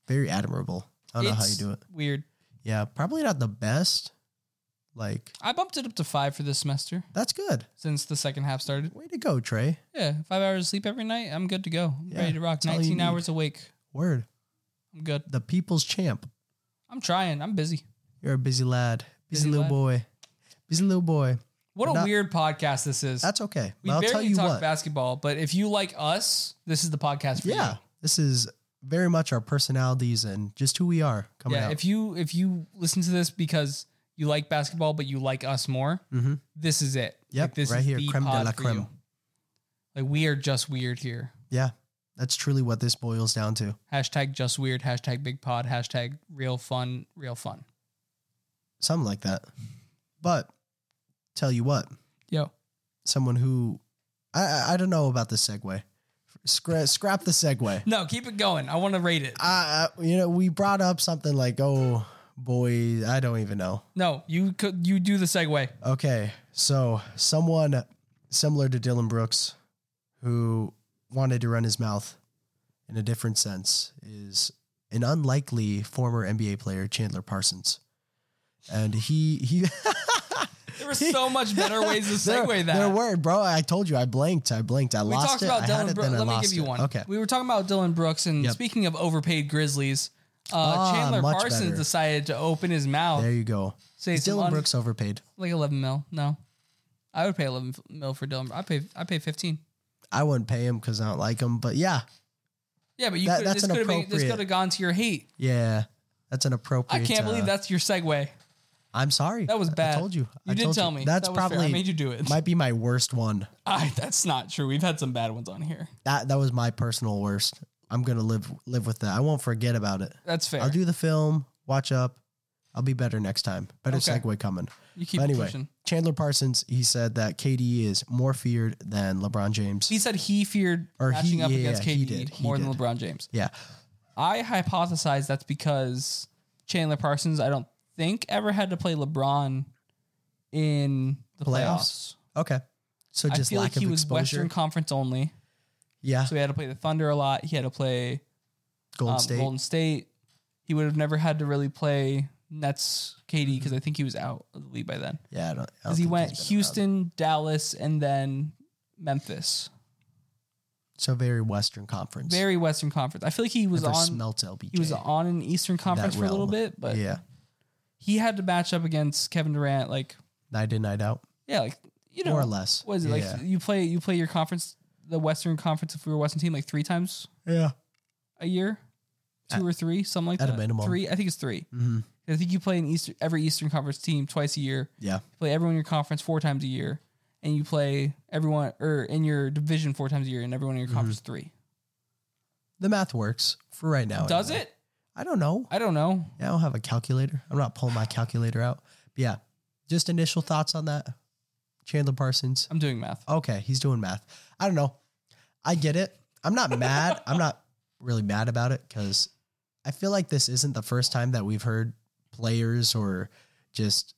S2: Very admirable. I don't know how you
S1: It's
S2: do it.
S1: Weird.
S2: Yeah, probably not the best. Like
S1: I bumped it up to five for this semester
S2: that's good.
S1: since the second half started.
S2: Way to go, Trey.
S1: Yeah, five hours of sleep every night. I'm good to go. I'm
S2: Yeah,
S1: ready to rock.
S2: that's all you
S1: 19
S2: need.
S1: hours awake.
S2: Word.
S1: I'm good.
S2: The people's champ.
S1: I'm trying. I'm busy.
S2: You're a busy lad, busy,
S1: Busy
S2: little
S1: lad.
S2: boy, busy little boy.
S1: What a
S2: Not-
S1: weird podcast this is.
S2: That's okay.
S1: we
S2: But I'll
S1: barely
S2: tell you
S1: talk
S2: what.
S1: basketball, but if you like us, this is the podcast for you.
S2: yeah, this is very much our personalities and just who we are coming
S1: yeah.
S2: out.
S1: If you if you listen to this because you like basketball, but you like us more,
S2: Mhm.
S1: this is it.
S2: Yep,
S1: Like, this
S2: right
S1: is
S2: here,
S1: the
S2: creme de
S1: pod
S2: la
S1: for
S2: creme.
S1: you. Like we are just weird here.
S2: yeah, that's truly what this boils down to.
S1: Hashtag just weird. Hashtag big pod. Hashtag real fun. Real fun.
S2: Something like that. But tell you what,
S1: Yo,
S2: someone who I I, I don't know about the segue. Scra- scrap the segue.
S1: no, keep it going. I want to rate it.
S2: I, I you know we brought up something like oh boy I don't even know.
S1: No, you could you do the segue.
S2: Okay, so someone similar to Dylan Brooks, who wanted to run his mouth in a different sense, is an unlikely former NBA player, Chandler Parsons, and he he.
S1: There were so much better ways to
S2: There-
S1: segue that.
S2: There were, bro. I told you, I blanked. I blanked. I
S1: we
S2: lost
S1: talked
S2: it.
S1: about
S2: I had
S1: Dylan
S2: it,
S1: Brooks.
S2: then I
S1: Let me
S2: lost
S1: give you
S2: it.
S1: one.
S2: Okay.
S1: We were talking about Dylan Brooks, and
S2: Yep.
S1: speaking of overpaid Grizzlies, uh,
S2: Ah,
S1: Chandler
S2: much
S1: Parsons
S2: better.
S1: decided to open his mouth.
S2: There you go.
S1: Say
S2: Is
S1: some
S2: Dylan
S1: un-
S2: Brooks overpaid?
S1: like eleven mil. No, I would pay eleven f- mil for Dylan. I pay I pay fifteen.
S2: I wouldn't pay him because I don't like him. But yeah,
S1: Yeah, but you
S2: That-
S1: could,
S2: that's
S1: this could have been, this
S2: inappropriate.
S1: could have gone to your hate.
S2: yeah, that's an
S1: I
S2: appropriate.
S1: can't believe
S2: uh,
S1: that's your segue.
S2: I'm sorry.
S1: That was
S2: I-
S1: bad.
S2: I told you.
S1: You
S2: I
S1: did
S2: told
S1: tell me.
S2: That's
S1: That was fair. I
S2: probably
S1: made you do it.
S2: Might be my worst one.
S1: I, that's not true. We've had some bad ones on here.
S2: That that was my personal worst. I'm gonna live live with that. I won't forget about it.
S1: That's fair.
S2: I'll do the film. Watch up. I'll be better next time. Better
S1: Okay.
S2: segue coming.
S1: you keep
S2: But anyway,
S1: pushing.
S2: Chandler Parsons. He said that KD is more feared than LeBron James.
S1: He said he feared
S2: Or he-
S1: matching up
S2: yeah,
S1: against
S2: yeah,
S1: KD
S2: he did. He
S1: more than
S2: did.
S1: LeBron James.
S2: yeah,
S1: I hypothesize that's because Chandler Parsons, I don't think, ever had to play LeBron in the playoffs.
S2: Playoffs? okay. So
S1: I
S2: just
S1: feel
S2: lack
S1: like he
S2: of
S1: was
S2: exposure.
S1: Western Conference um, only,
S2: yeah,
S1: so he had to play the Thunder a lot. He had to play
S2: Golden
S1: um,
S2: State.
S1: Golden State. He would have never had to really play Nets KD because I think he was out of the league by then.
S2: Yeah, I don't, I don't
S1: Because he
S2: think
S1: went
S2: he's been around.
S1: Houston, Dallas, and then Memphis.
S2: So very Western Conference.
S1: Very Western Conference. I feel like he was
S2: Never
S1: on.
S2: smelt LBJ.
S1: He was on an Eastern Conference for a little
S2: realm.
S1: bit, but
S2: yeah,
S1: he had to match up against Kevin Durant. Like,
S2: night in, night out,
S1: yeah, like you know,
S2: more or less.
S1: what is it
S2: Yeah.
S1: like? You play you play your conference, the Western Conference. If we were a Western team, like three times
S2: yeah.
S1: a year, two or three, something like
S2: at a
S1: that.
S2: minimum.
S1: three. I think it's three.
S2: hmm
S1: I think you play in Eastern every Eastern Conference team twice a year.
S2: Yeah.
S1: You play everyone in your conference four times a year, and you play everyone or in your division four times a year, and everyone in
S2: Mm-hmm.
S1: your conference three.
S2: The math works for right now.
S1: Does
S2: Oh, anyway.
S1: it?
S2: I don't know.
S1: I don't know.
S2: I don't have a calculator. I'm not pulling my calculator out. But yeah, just initial thoughts on that. Chandler Parsons.
S1: I'm doing math.
S2: Okay, he's doing math. I don't know. I get it. I'm not mad. I'm not really mad about it because I feel like this isn't the first time that we've heard players or just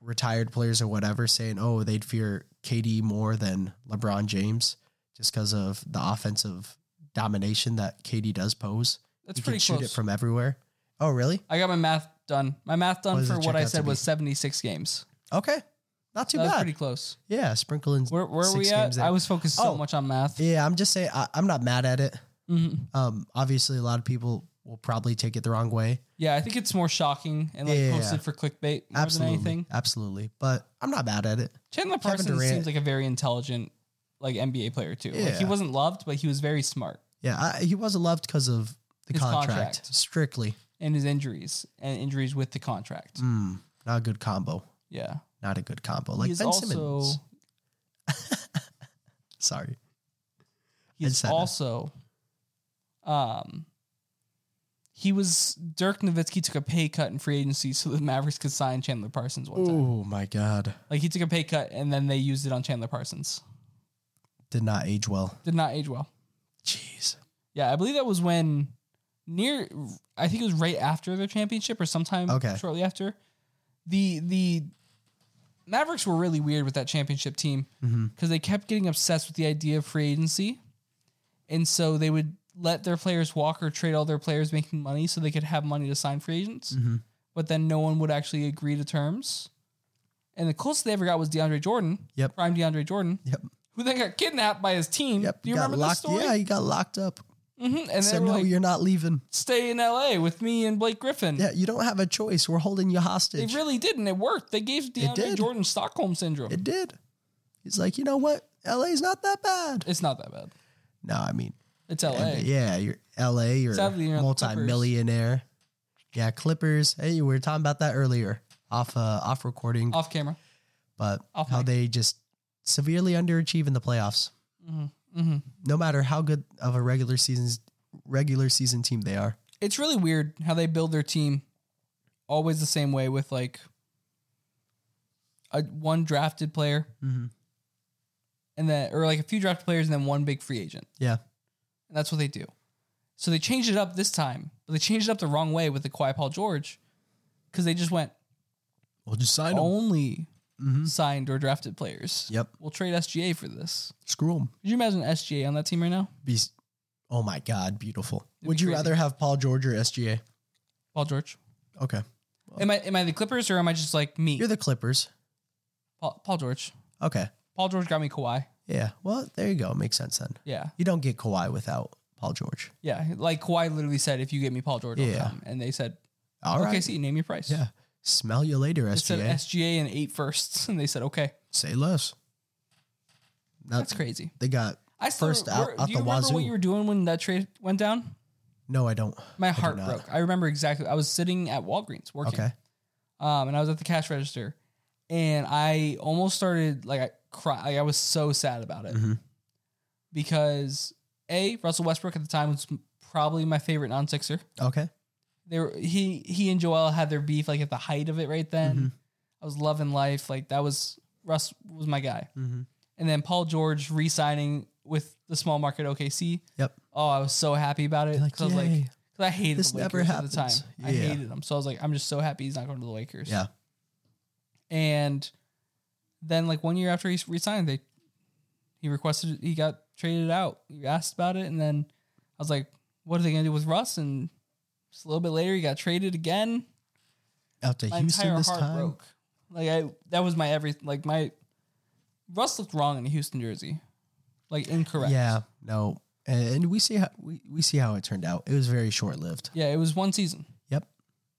S2: retired players or whatever saying, oh, they'd fear KD more than LeBron James just because of the offensive domination that KD does pose.
S1: That's
S2: he can
S1: pretty
S2: shoot
S1: close.
S2: it from everywhere. Oh, really?
S1: I got my math done. My math done
S2: What does
S1: for
S2: it
S1: what
S2: check
S1: I
S2: out to
S1: said was
S2: be?
S1: 76 games.
S2: Okay. Not too
S1: that was
S2: bad.
S1: pretty close.
S2: yeah, sprinkle in.
S1: Where, where are
S2: six
S1: we at?
S2: games in.
S1: I was focused so
S2: Oh.
S1: much on math.
S2: yeah, I'm just saying, I, I'm not mad at it.
S1: Mhm.
S2: Um, obviously, a lot of people will probably take it the wrong way.
S1: Yeah, I think it's more shocking and like
S2: Yeah, yeah,
S1: posted
S2: yeah.
S1: for clickbait more
S2: absolutely,
S1: than anything.
S2: absolutely. But I'm not mad at it.
S1: Chandler
S2: Kevin
S1: Parsons
S2: Durant.
S1: seems like a very intelligent, like NBA player too. Like he
S2: Yeah.
S1: wasn't loved, but he was very smart
S2: Yeah, I, he wasn't loved because of the
S1: His
S2: contract,
S1: contract.
S2: strictly.
S1: in his injuries and injuries with the contract.
S2: Mm, not a good combo.
S1: Yeah,
S2: Not a good combo. Like
S1: he's
S2: Ben
S1: also
S2: Simmons. Sorry.
S1: he's
S2: said that.
S1: also, um, he was Dirk Nowitzki took a pay cut in free agency so the Mavericks could sign Chandler Parsons one time.
S2: Oh my God.
S1: Like he took a pay cut and then they used it on Chandler Parsons.
S2: Did not age well.
S1: Did not age well.
S2: Jeez.
S1: Yeah, I believe that was when near I think it was right after their championship or sometime
S2: Okay.
S1: shortly after. The the Mavericks were really weird with that championship team because
S2: Mm-hmm.
S1: they kept getting obsessed with the idea of free agency. And so they would let their players walk or trade all their players making money so they could have money to sign free agents.
S2: Mm-hmm.
S1: But then no one would actually agree to terms. And the closest they ever got was DeAndre Jordan.
S2: Yep.
S1: Prime DeAndre Jordan.
S2: Yep.
S1: Who then got kidnapped by his team.
S2: Yep.
S1: Do you
S2: got
S1: remember this
S2: locked.
S1: story?
S2: Yeah, he got locked up.
S1: hmm And they
S2: Said
S1: were
S2: no,
S1: like,
S2: you're not leaving.
S1: stay in LA with me and Blake Griffin.
S2: Yeah, you don't have a choice. We're holding you
S1: They
S2: hostage.
S1: really did, and it worked. They gave DeAndre
S2: did.
S1: Jordan Stockholm syndrome.
S2: it did. He's like, you know what? LA's not that bad.
S1: it's not that bad.
S2: No, I mean,
S1: It's LA.
S2: And, yeah, you're LA, you're
S1: Sadly, you're
S2: a
S1: not the Clippers.
S2: multi-millionaire. Yeah, Clippers. Hey, we were talking about that earlier off uh, off recording,
S1: Off camera.
S2: but
S1: off
S2: how
S1: mic.
S2: they just severely underachieve in the playoffs.
S1: hmm
S2: No matter how good of a regular season's regular season team they are.
S1: It's really weird how they build their team always the same way with like a one drafted player
S2: Mm-hmm.
S1: and then or like a few drafted players and then one big free agent.
S2: Yeah,
S1: And that's what they do. So they changed it up this time, but they changed it up the wrong way with the Kawhi Paul George because they just went
S2: we'll just sign
S1: Oh.
S2: them.
S1: only
S2: Mhm.
S1: signed or drafted players.
S2: Yep,
S1: We'll trade SGA for this.
S2: screw them.
S1: Could you imagine SGA on that team right now?
S2: Be- oh my God, beautiful.
S1: be
S2: Would you
S1: crazy.
S2: rather have Paul George or SGA?
S1: Paul George.
S2: Okay,
S1: Am I am I the Clippers or am I just like me?
S2: you're the Clippers.
S1: Paul, Paul George.
S2: Okay,
S1: Paul George got me Kawhi.
S2: yeah. Well, there you go. Makes sense then.
S1: Yeah,
S2: You don't get Kawhi without Paul George.
S1: yeah. Like Kawhi literally said, "If you get me Paul George, I'll
S2: Yeah.
S1: come." And they said,
S2: All
S1: "Okay,
S2: right.
S1: see, name your price."
S2: Yeah. Smell you later,
S1: They
S2: SGA.
S1: said SGA and eight firsts, and they said, "Okay,
S2: Say less.
S1: that's crazy."
S2: They got
S1: I still,
S2: First out-
S1: were-
S2: out
S1: Do you
S2: the
S1: remember
S2: wazoo.
S1: what you were doing when that trade went down?
S2: no. I don't.
S1: My heart
S2: not.
S1: broke. I remember exactly. I was sitting at Walgreens working.
S2: Okay.
S1: um, and I was at the cash register, and I almost started like I cry. Like, I was so sad about it
S2: Mhm.
S1: because a Russell Westbrook at the time was probably my favorite non-sixer.
S2: Okay.
S1: They were, he he and Joel had their beef like at the height of it right then.
S2: Mhm.
S1: I was loving life like that was Russ was my guy,
S2: Mm-hmm.
S1: and then Paul George re-signing with the small market OKC.
S2: Yep.
S1: Oh, I was so happy about it
S2: Like,
S1: because I was like.
S2: yay.
S1: 'cause I hated
S2: This
S1: the
S2: never
S1: Lakers at the time.
S2: happens.
S1: I
S2: Yeah.
S1: hated them. So I was like, I'm just so happy he's not going to the Lakers
S2: yeah.
S1: and then like one year after he resigned, they he requested he got traded out. He asked about it, and then I was like, "What are they gonna do with Russ?" And just a little bit later, he got traded again.
S2: out to
S1: my
S2: Houston
S1: entire
S2: this
S1: heart
S2: time.
S1: broke. Like I, that was my every like my. Russ looked wrong in the Houston jersey, like incorrect.
S2: Yeah, no, and, and we see how we, we see how it turned out. It was very short lived.
S1: yeah. It was one season,
S2: Yep,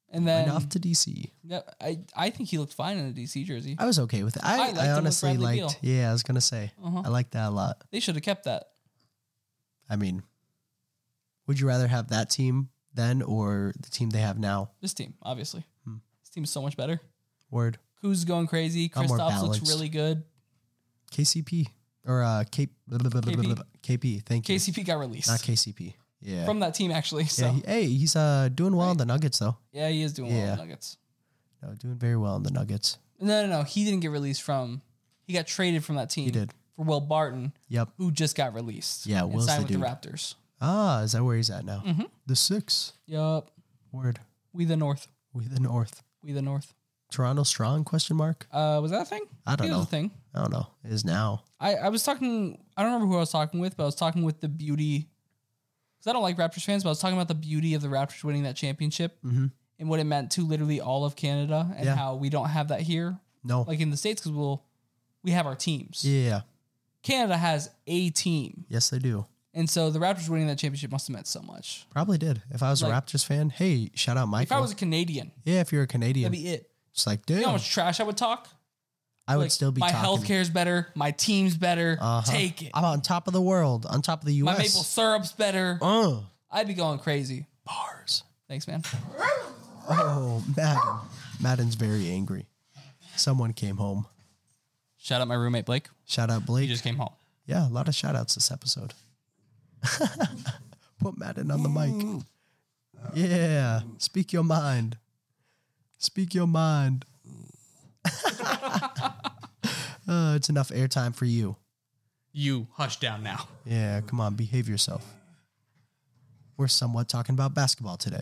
S1: and then
S2: right off to DC.
S1: yeah, I I think he looked fine in the DC jersey.
S2: I was okay with it.
S1: I
S2: I,
S1: liked
S2: I,
S1: him with
S2: honestly
S1: Bradley
S2: liked. Yeah, I was gonna say
S1: Uh-huh.
S2: I liked that a lot.
S1: They should have kept that.
S2: I mean, would you rather have that team then or the team they have now?
S1: This team, obviously,
S2: Hmm.
S1: this team's so much better.
S2: Word
S1: Who's going crazy?
S2: I'm more
S1: Kristaps looks
S2: balanced.
S1: really good.
S2: KCP or uh K- KP. Thank you.
S1: KCP got released
S2: Not KCP. Yeah.
S1: from that team actually. So
S2: yeah.
S1: yeah,
S2: he-
S1: he,
S2: hey, he's uh doing well in the Nuggets though.
S1: is doing well
S2: Yeah.
S1: with Nuggets.
S2: No, doing very well in the Nuggets.
S1: No, no, no. He didn't get released from. He got traded from that team.
S2: He did.
S1: for Will Barton,
S2: Yep.
S1: who just got released.
S2: Yeah,
S1: and
S2: Will's
S1: signed
S2: the
S1: with the Raptors.
S2: Ah, is that where he's at now?
S1: Mm-hmm.
S2: The six.
S1: Yup.
S2: Word.
S1: We the North.
S2: We the North.
S1: We the North.
S2: Toronto strong? Question mark.
S1: Uh, was that a thing?
S2: I don't
S1: It was
S2: know.
S1: a thing.
S2: I don't know. It is now.
S1: I, I was talking. I don't remember who I was talking with, but I was talking with the beauty. Because I don't like Raptors fans, but I was talking about the beauty of the Raptors winning that championship
S2: Mhm.
S1: and what it meant to literally all of Canada and
S2: Yeah.
S1: how we don't have that here,
S2: No.
S1: like in the states, because we'll we have our teams.
S2: yeah.
S1: Canada has a team,
S2: Yes, they do.
S1: and so the Raptors winning that championship must have meant so much.
S2: Probably did. If I was a
S1: Like-
S2: Raptors fan, hey, shout out
S1: If
S2: Michael.
S1: I was a Canadian,
S2: yeah, if you're a Canadian,
S1: that'd be it.
S2: it's like,
S1: You
S2: dude,
S1: know how much trash I would talk.
S2: I would
S1: Like,
S2: still be
S1: my
S2: talking.
S1: healthcare's better, my team's better.
S2: Uh-huh.
S1: Take it.
S2: I'm on top of the world, on top of the U.S.
S1: my maple syrup's better.
S2: Oh,
S1: I'd be going crazy.
S2: bars.
S1: Thanks, man.
S2: Oh, Madden. Madden's very angry. Someone came home.
S1: Shout out my roommate Blake.
S2: Shout out
S1: He
S2: Blake.
S1: just came home.
S2: Yeah, a lot of shout outs this episode. Put Madden on the mic. Yeah, speak your mind. Speak your mind. uh, it's enough airtime for you.
S1: You hush down now.
S2: Yeah, come on, behave yourself. We're somewhat talking about basketball today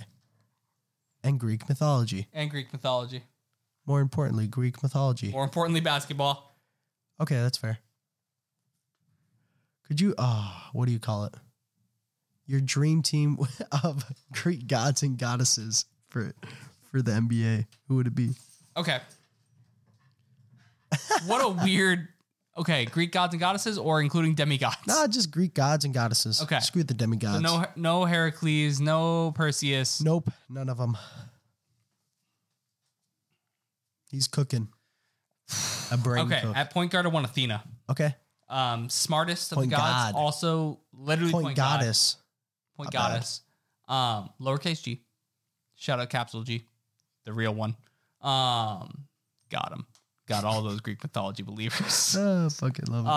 S2: and Greek mythology.
S1: And Greek mythology.
S2: More importantly, Greek mythology.
S1: More importantly, basketball.
S2: Okay, that's fair. Could you, ah, what do you call it? Your dream team of Greek gods and goddesses for for the NBA. Who would it be?
S1: Okay. what a weird. Okay, Greek gods and goddesses, or including demigods.
S2: Nah, just Greek gods and goddesses.
S1: Okay.
S2: Screw the demigods.
S1: So no, no Heracles, no Perseus.
S2: nope, none of them. He's cooking. A brain
S1: okay,
S2: cook.
S1: at point guard, I want Athena.
S2: okay.
S1: Um, smartest of
S2: Point
S1: the gods,
S2: god.
S1: also literally
S2: Point,
S1: point, god.
S2: goddess.
S1: Point
S2: Not bad.
S1: goddess. Um, lowercase g. Shout out capital G, the real one. Um, got him. Got all those Greek mythology believers.
S2: Oh, fucking love it.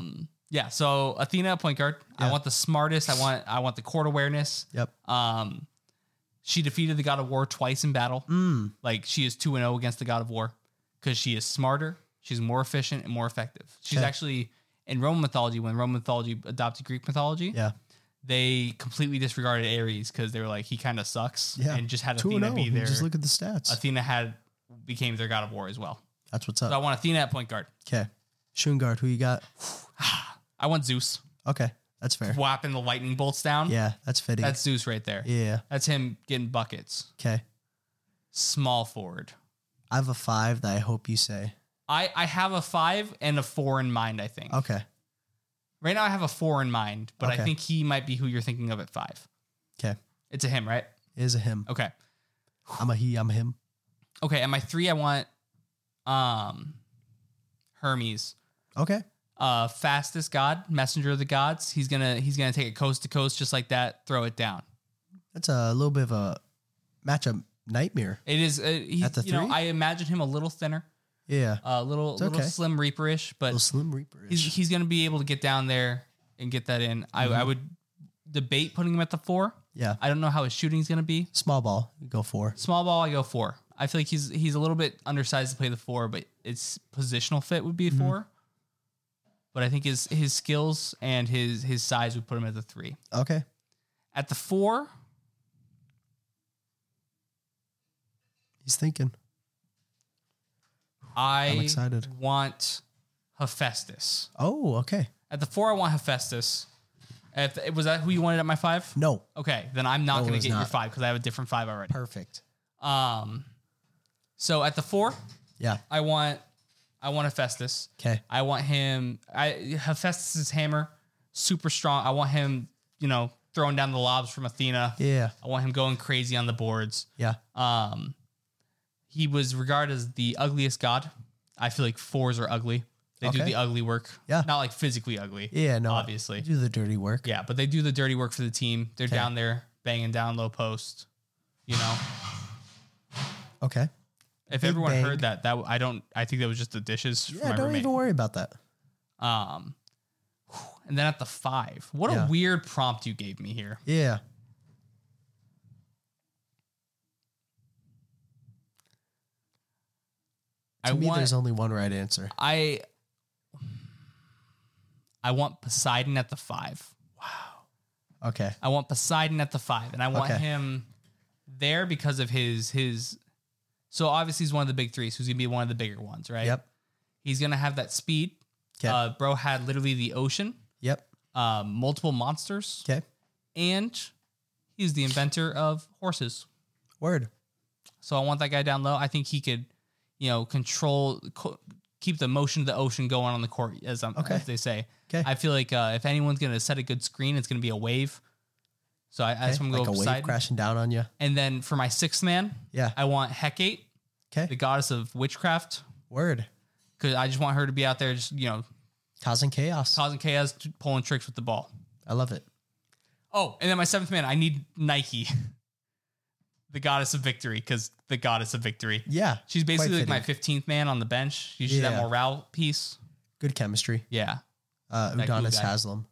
S1: Um, yeah. So Athena, point guard. I
S2: Yeah.
S1: want the smartest. I want. I want the court awareness.
S2: yep.
S1: Um, she defeated the god of war twice in battle.
S2: Mm,
S1: Like she is two and zero against the god of war because she is smarter. She's more efficient and more effective. She's
S2: Okay.
S1: actually in Roman mythology. When Roman mythology adopted Greek mythology,
S2: yeah.
S1: they completely disregarded Ares because they were like he kind of sucks
S2: Yeah.
S1: and just had
S2: 2
S1: Athena
S2: 0.
S1: be there.
S2: oh. Just look at the stats.
S1: Athena had became their god of war as well.
S2: That's what's
S1: So I
S2: up.
S1: want Athena at point guard.
S2: Okay. Shungard, who you got?
S1: I want Zeus
S2: Okay, that's fair.
S1: whapping the lightning bolts down.
S2: Yeah, that's fitting.
S1: That's Zeus right there.
S2: yeah.
S1: That's him getting buckets.
S2: Okay.
S1: Small forward.
S2: I have a five that I hope you say.
S1: I, I have a five and a four in mind, I think.
S2: Okay.
S1: Right now I have a four in mind, but I
S2: Okay.
S1: think he might be who you're thinking of at five.
S2: Okay.
S1: It's a him, right?
S2: It is a him.
S1: Okay.
S2: I'm a he. I'm a him.
S1: Okay, at my three I want um Hermes.
S2: Okay.
S1: Uh fastest god, messenger of the gods. He's gonna he's gonna take it coast to coast just like that, throw it down.
S2: That's a little bit of a matchup nightmare.
S1: It is uh, he,
S2: At the
S1: you know,
S2: three?
S1: I imagine him a little thinner,
S2: Yeah.
S1: a little
S2: It's
S1: little
S2: okay.
S1: slim reaperish, but
S2: little Slim Reaper.
S1: he's he's gonna be able to get down there and get that in. I,
S2: Mm-hmm.
S1: I would debate putting him at the four.
S2: Yeah.
S1: I don't know how his shooting's gonna be.
S2: Small ball. You go for.
S1: Small ball, I go four. I feel like he's he's a little bit undersized to play the four, but its positional fit would be
S2: Mm-hmm.
S1: a four. But I think his his skills and his his size would put him at the three.
S2: Okay.
S1: At the four,
S2: He's thinking.
S1: I
S2: I'm excited.
S1: want Hephaestus.
S2: Oh, okay.
S1: At the four, I want Hephaestus. At the, was that who you wanted at my five?
S2: No.
S1: Okay, then I'm not
S2: No, it
S1: going to
S2: was
S1: get your
S2: not.
S1: five because I have a different five already.
S2: Perfect.
S1: Um, So at the four,
S2: Yeah.
S1: I want I want Hephaestus.
S2: Okay.
S1: I want him. I Hephaestus's hammer, super strong. I want him. You know, throwing down the lobs from Athena.
S2: Yeah.
S1: I want him going crazy on the boards.
S2: Yeah.
S1: Um, he was regarded as the ugliest god. I feel like fours are ugly. They do
S2: Okay.
S1: the ugly work.
S2: Yeah.
S1: Not like physically ugly.
S2: Yeah. No.
S1: Obviously.
S2: Do the dirty work.
S1: Yeah, but they do the dirty work for the team. They're down there banging down low post. You know,
S2: Okay.
S1: if everyone
S2: bang.
S1: heard that, that w- I don't. I think that was just the dishes for
S2: Yeah.
S1: my
S2: Don't
S1: roommate.
S2: even worry about that.
S1: Um, and then at the five, what
S2: Yeah.
S1: a weird prompt you gave me here.
S2: Yeah.
S1: I
S2: To me,
S1: want
S2: there's only one right answer.
S1: I I want Poseidon at the five.
S2: Okay.
S1: I want Poseidon at the five, and I want
S2: Okay.
S1: him there because of his his. So obviously he's one of the big three, so he's gonna be one of the bigger ones, right?
S2: Yep.
S1: He's gonna have that speed.
S2: Okay.
S1: Uh, bro had literally the ocean,
S2: Yep.
S1: uh, multiple monsters,
S2: Okay.
S1: and he's the inventor of horses.
S2: Word.
S1: So I want that guy down low. I think he could, you know, control, co- keep the motion of the ocean going on the court, as, I'm,
S2: Okay.
S1: as they say.
S2: Okay.
S1: I feel like uh, if anyone's going to set a good screen, it's going to be a wave. So I, that's
S2: Okay.
S1: what I'm
S2: like
S1: going
S2: a
S1: to
S2: wave
S1: Poseidon.
S2: crashing down on you.
S1: And then for my sixth man,
S2: Yeah.
S1: I want Hecate, the
S2: Okay.
S1: goddess of witchcraft,
S2: Word.
S1: because I just want her to be out there, just you know,
S2: Causing chaos.
S1: causing chaos, t- pulling tricks with the ball.
S2: I love it.
S1: Oh, and then my seventh man, I need Nike, the goddess of victory, because the goddess of victory.
S2: Yeah.
S1: She's basically like
S2: fitting.
S1: my fifteenth man on the bench. She's just that
S2: Yeah.
S1: morale piece.
S2: Good chemistry.
S1: Yeah,
S2: Uh,
S1: That glue
S2: Udonis
S1: guy.
S2: Haslam.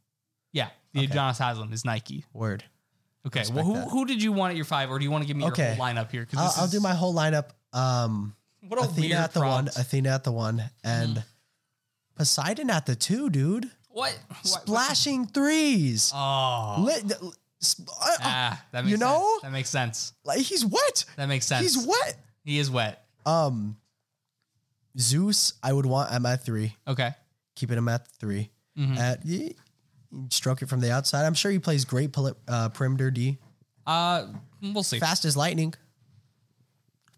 S1: yeah. The
S2: Okay.
S1: Adonis Haslam is Nike.
S2: Word.
S1: Okay, well,
S2: Respect
S1: who
S2: that.
S1: who did you want at your five, or do you want to give me
S2: Okay.
S1: your whole lineup here?
S2: I'll,
S1: this
S2: I'll
S1: is-
S2: do my whole lineup. Um,
S1: What a
S2: Athena
S1: weird
S2: at the
S1: prompt.
S2: one, Athena at the one, and Poseidon at the two, dude.
S1: What Why- what's-
S2: Splashing threes.
S1: Oh,
S2: Lit- uh, sp- uh, uh,
S1: ah, that makes
S2: You know?
S1: sense. that makes sense.
S2: like, he's wet.
S1: That makes sense.
S2: He's wet.
S1: He is wet.
S2: Um, Zeus, I would want at my three,
S1: Okay.
S2: keeping him at three. At y- stroke it from the outside. I'm sure he plays great poli- uh, perimeter D.
S1: Uh, we'll see. Fast,
S2: Fast as lightning,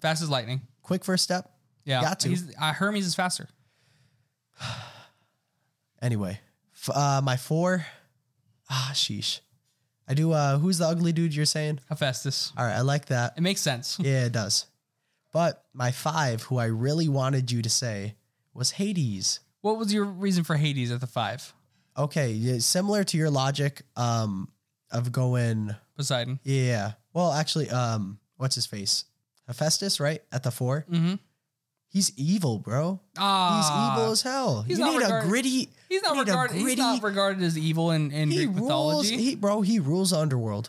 S1: as lightning.
S2: quick first step.
S1: Yeah,
S2: Got to.
S1: He's, uh, Hermes is faster.
S2: Anyway, f- uh, my four. Ah, sheesh. I do. Uh, who's the ugly dude you're saying?
S1: Hephaestus.
S2: All right, I like that.
S1: It makes sense.
S2: Yeah, it does. But my five, who I really wanted you to say, was Hades.
S1: What was your reason for Hades at the five?
S2: Okay, yeah, similar to your logic um, of going.
S1: Poseidon.
S2: Yeah. Well, actually, um, what's his face? Hephaestus, right? At the four.
S1: Mm-hmm.
S2: He's evil, bro. He's
S1: Ah,
S2: evil as hell.
S1: he's
S2: you
S1: not
S2: need a
S1: regarded-
S2: gritty.
S1: He's not
S2: you need a
S1: regarded. He's
S2: gritty-
S1: not regarded as evil in, in
S2: he
S1: Greek
S2: rules.
S1: mythology.
S2: He, bro, he rules the underworld.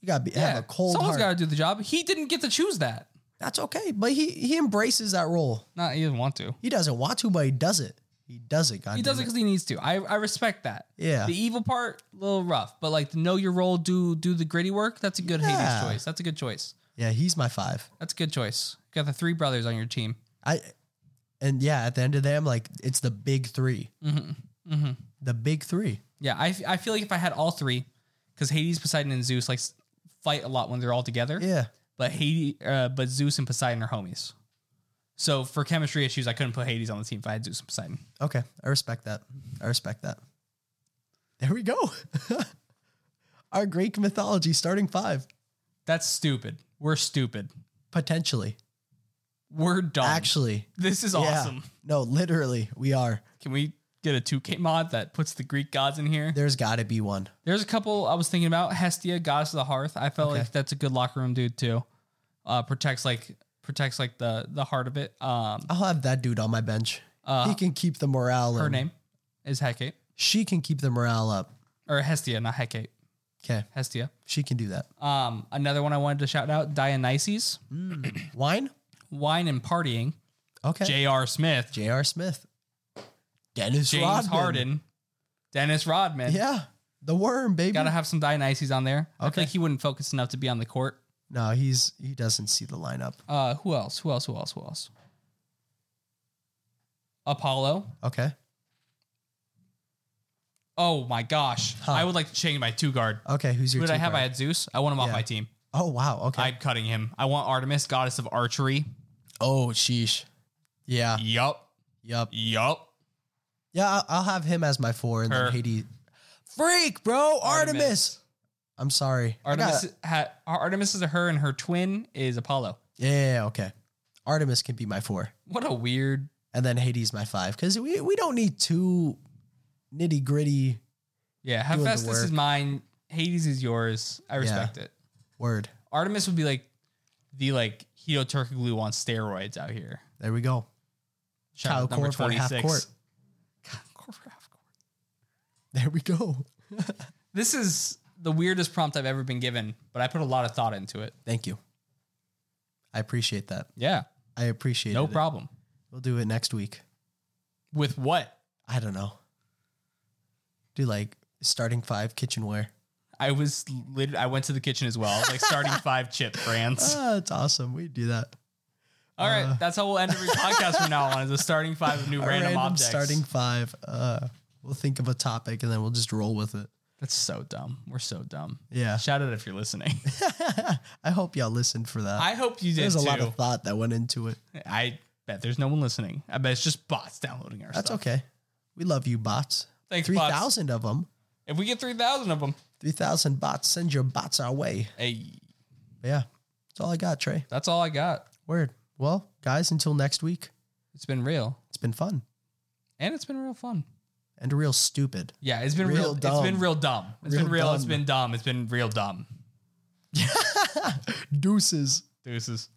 S2: You gotta be, have a cold
S1: Someone's got
S2: heart.
S1: to do the job. He didn't get to choose that.
S2: That's okay, but he he embraces that role.
S1: Not he doesn't want to.
S2: He doesn't want to, but he does it. He does it. God
S1: He does it because he needs to. I, I respect that.
S2: Yeah.
S1: The evil part, a little rough, but like the know your role, do do the gritty work. That's a good
S2: Yeah.
S1: Hades choice. That's a good choice.
S2: Yeah, he's my five.
S1: That's a good choice. You got the three brothers on your team.
S2: I and yeah, at the end of the day, I'm like, it's the big 3
S1: Mm-hmm. Mm-hmm.
S2: The big three.
S1: Yeah, I, f- I feel like if I had all three, because Hades, Poseidon, and Zeus like s- fight a lot when they're all together.
S2: Yeah.
S1: But Hades, uh, but Zeus and Poseidon are homies. So for chemistry issues, I couldn't put Hades on the team if I had Zeus and Poseidon.
S2: Okay. I respect that. I respect that. There we go. Our Greek mythology starting five.
S1: That's stupid. We're stupid.
S2: Potentially.
S1: We're dumb.
S2: Actually.
S1: this is
S2: Yeah.
S1: awesome.
S2: No, literally, we are.
S1: Can we get a 2K mod that puts the Greek gods in here?
S2: There's gotta be one.
S1: There's a couple I was thinking about. Hestia, goddess of the hearth. I felt
S2: Okay.
S1: like that's a good locker room dude too. Uh, protects like protects like the the heart of it. Um,
S2: I'll have that dude on my bench.
S1: Uh,
S2: he can keep the morale.
S1: her
S2: and-
S1: name is Hecate
S2: She can keep the morale up.
S1: or Hestia, not Hecate.
S2: Okay.
S1: Hestia.
S2: She can do that.
S1: Um, another one I wanted to shout out: Dionysus,
S2: Wine?
S1: wine and partying.
S2: Okay.
S1: J.R. Smith,
S2: J.R. Smith. Dennis
S1: James
S2: Rodman.
S1: Harden, Dennis Rodman.
S2: Yeah. The worm, baby.
S1: Gotta have some Dionysus on there. I
S2: Mm-hmm. Okay.
S1: think he wouldn't focus enough to be on the court.
S2: no, he's he doesn't see the lineup.
S1: Uh, who else? Who else? Who else? Who else? Apollo.
S2: Okay.
S1: Oh my gosh!
S2: Huh.
S1: I would like to change my two guard.
S2: Okay, who's
S1: Who
S2: your
S1: did I have? I
S2: two-guard?
S1: had Zeus. I want him off
S2: Yeah.
S1: my team.
S2: Oh wow. Okay.
S1: I'm cutting him. I want Artemis, goddess of archery.
S2: Oh, sheesh. Yeah.
S1: Yup.
S2: Yep.
S1: Yup.
S2: Yeah, I'll, I'll have him as my four, and
S1: Her.
S2: then Hades. Freak, bro, Artemis.
S1: Artemis.
S2: I'm sorry. I got-
S1: Artemis, ha, Artemis is a her, and her twin is Apollo.
S2: yeah, okay. Artemis can be my four,
S1: What a weird.
S2: and then Hades my five because we we don't need two nitty gritty
S1: Yeah,
S2: Doing the
S1: Hephaestus
S2: work.
S1: is mine. Hades is yours. I respect it.
S2: word.
S1: Artemis would be like the like Heo Turkey glue on steroids out here.
S2: There we go.
S1: Shout
S2: Kyle
S1: out number
S2: Korver, half
S1: 26.
S2: court.
S1: God, Korver, half court.
S2: There we go.
S1: This is the weirdest prompt I've ever been given, but I put a lot of thought into it.
S2: Thank you. I appreciate that.
S1: Yeah,
S2: I appreciate
S1: no
S2: it.
S1: problem.
S2: We'll do it next week.
S1: With what?
S2: I don't know. Do like starting five kitchenware.
S1: I was lit- I went to the kitchen as well, like starting five chip brands.
S2: Ah, it's awesome. We do that.
S1: All right, that's how we'll end every podcast from now on. Is a starting five of new
S2: uh. A
S1: random, objects.
S2: starting five. Uh, we'll think of a topic and then we'll just roll with it.
S1: That's so dumb. We're so dumb.
S2: Yeah.
S1: Shout out if you're listening.
S2: I hope y'all listened for that.
S1: I hope you did
S2: There's a
S1: too.
S2: lot of thought that went into it.
S1: I bet there's no one listening. I bet it's just bots downloading our
S2: That's
S1: stuff.
S2: okay. We love you, bots.
S1: Thanks,
S2: Three
S1: bots.
S2: thousand of them.
S1: If we get three thousand of them,
S2: Three thousand bots. Send your bots our way.
S1: hey,
S2: But yeah, that's all I got, Trey.
S1: that's all I got.
S2: Word. Well, guys, until next week.
S1: It's been real,
S2: It's been fun
S1: and it's been real fun.
S2: and real stupid.
S1: Yeah, it's been
S2: Real
S1: real. it's
S2: dumb.
S1: been real dumb. It's
S2: Real
S1: been real. It's
S2: dumb.
S1: been dumb. It's been real dumb.
S2: Deuces.
S1: Deuces.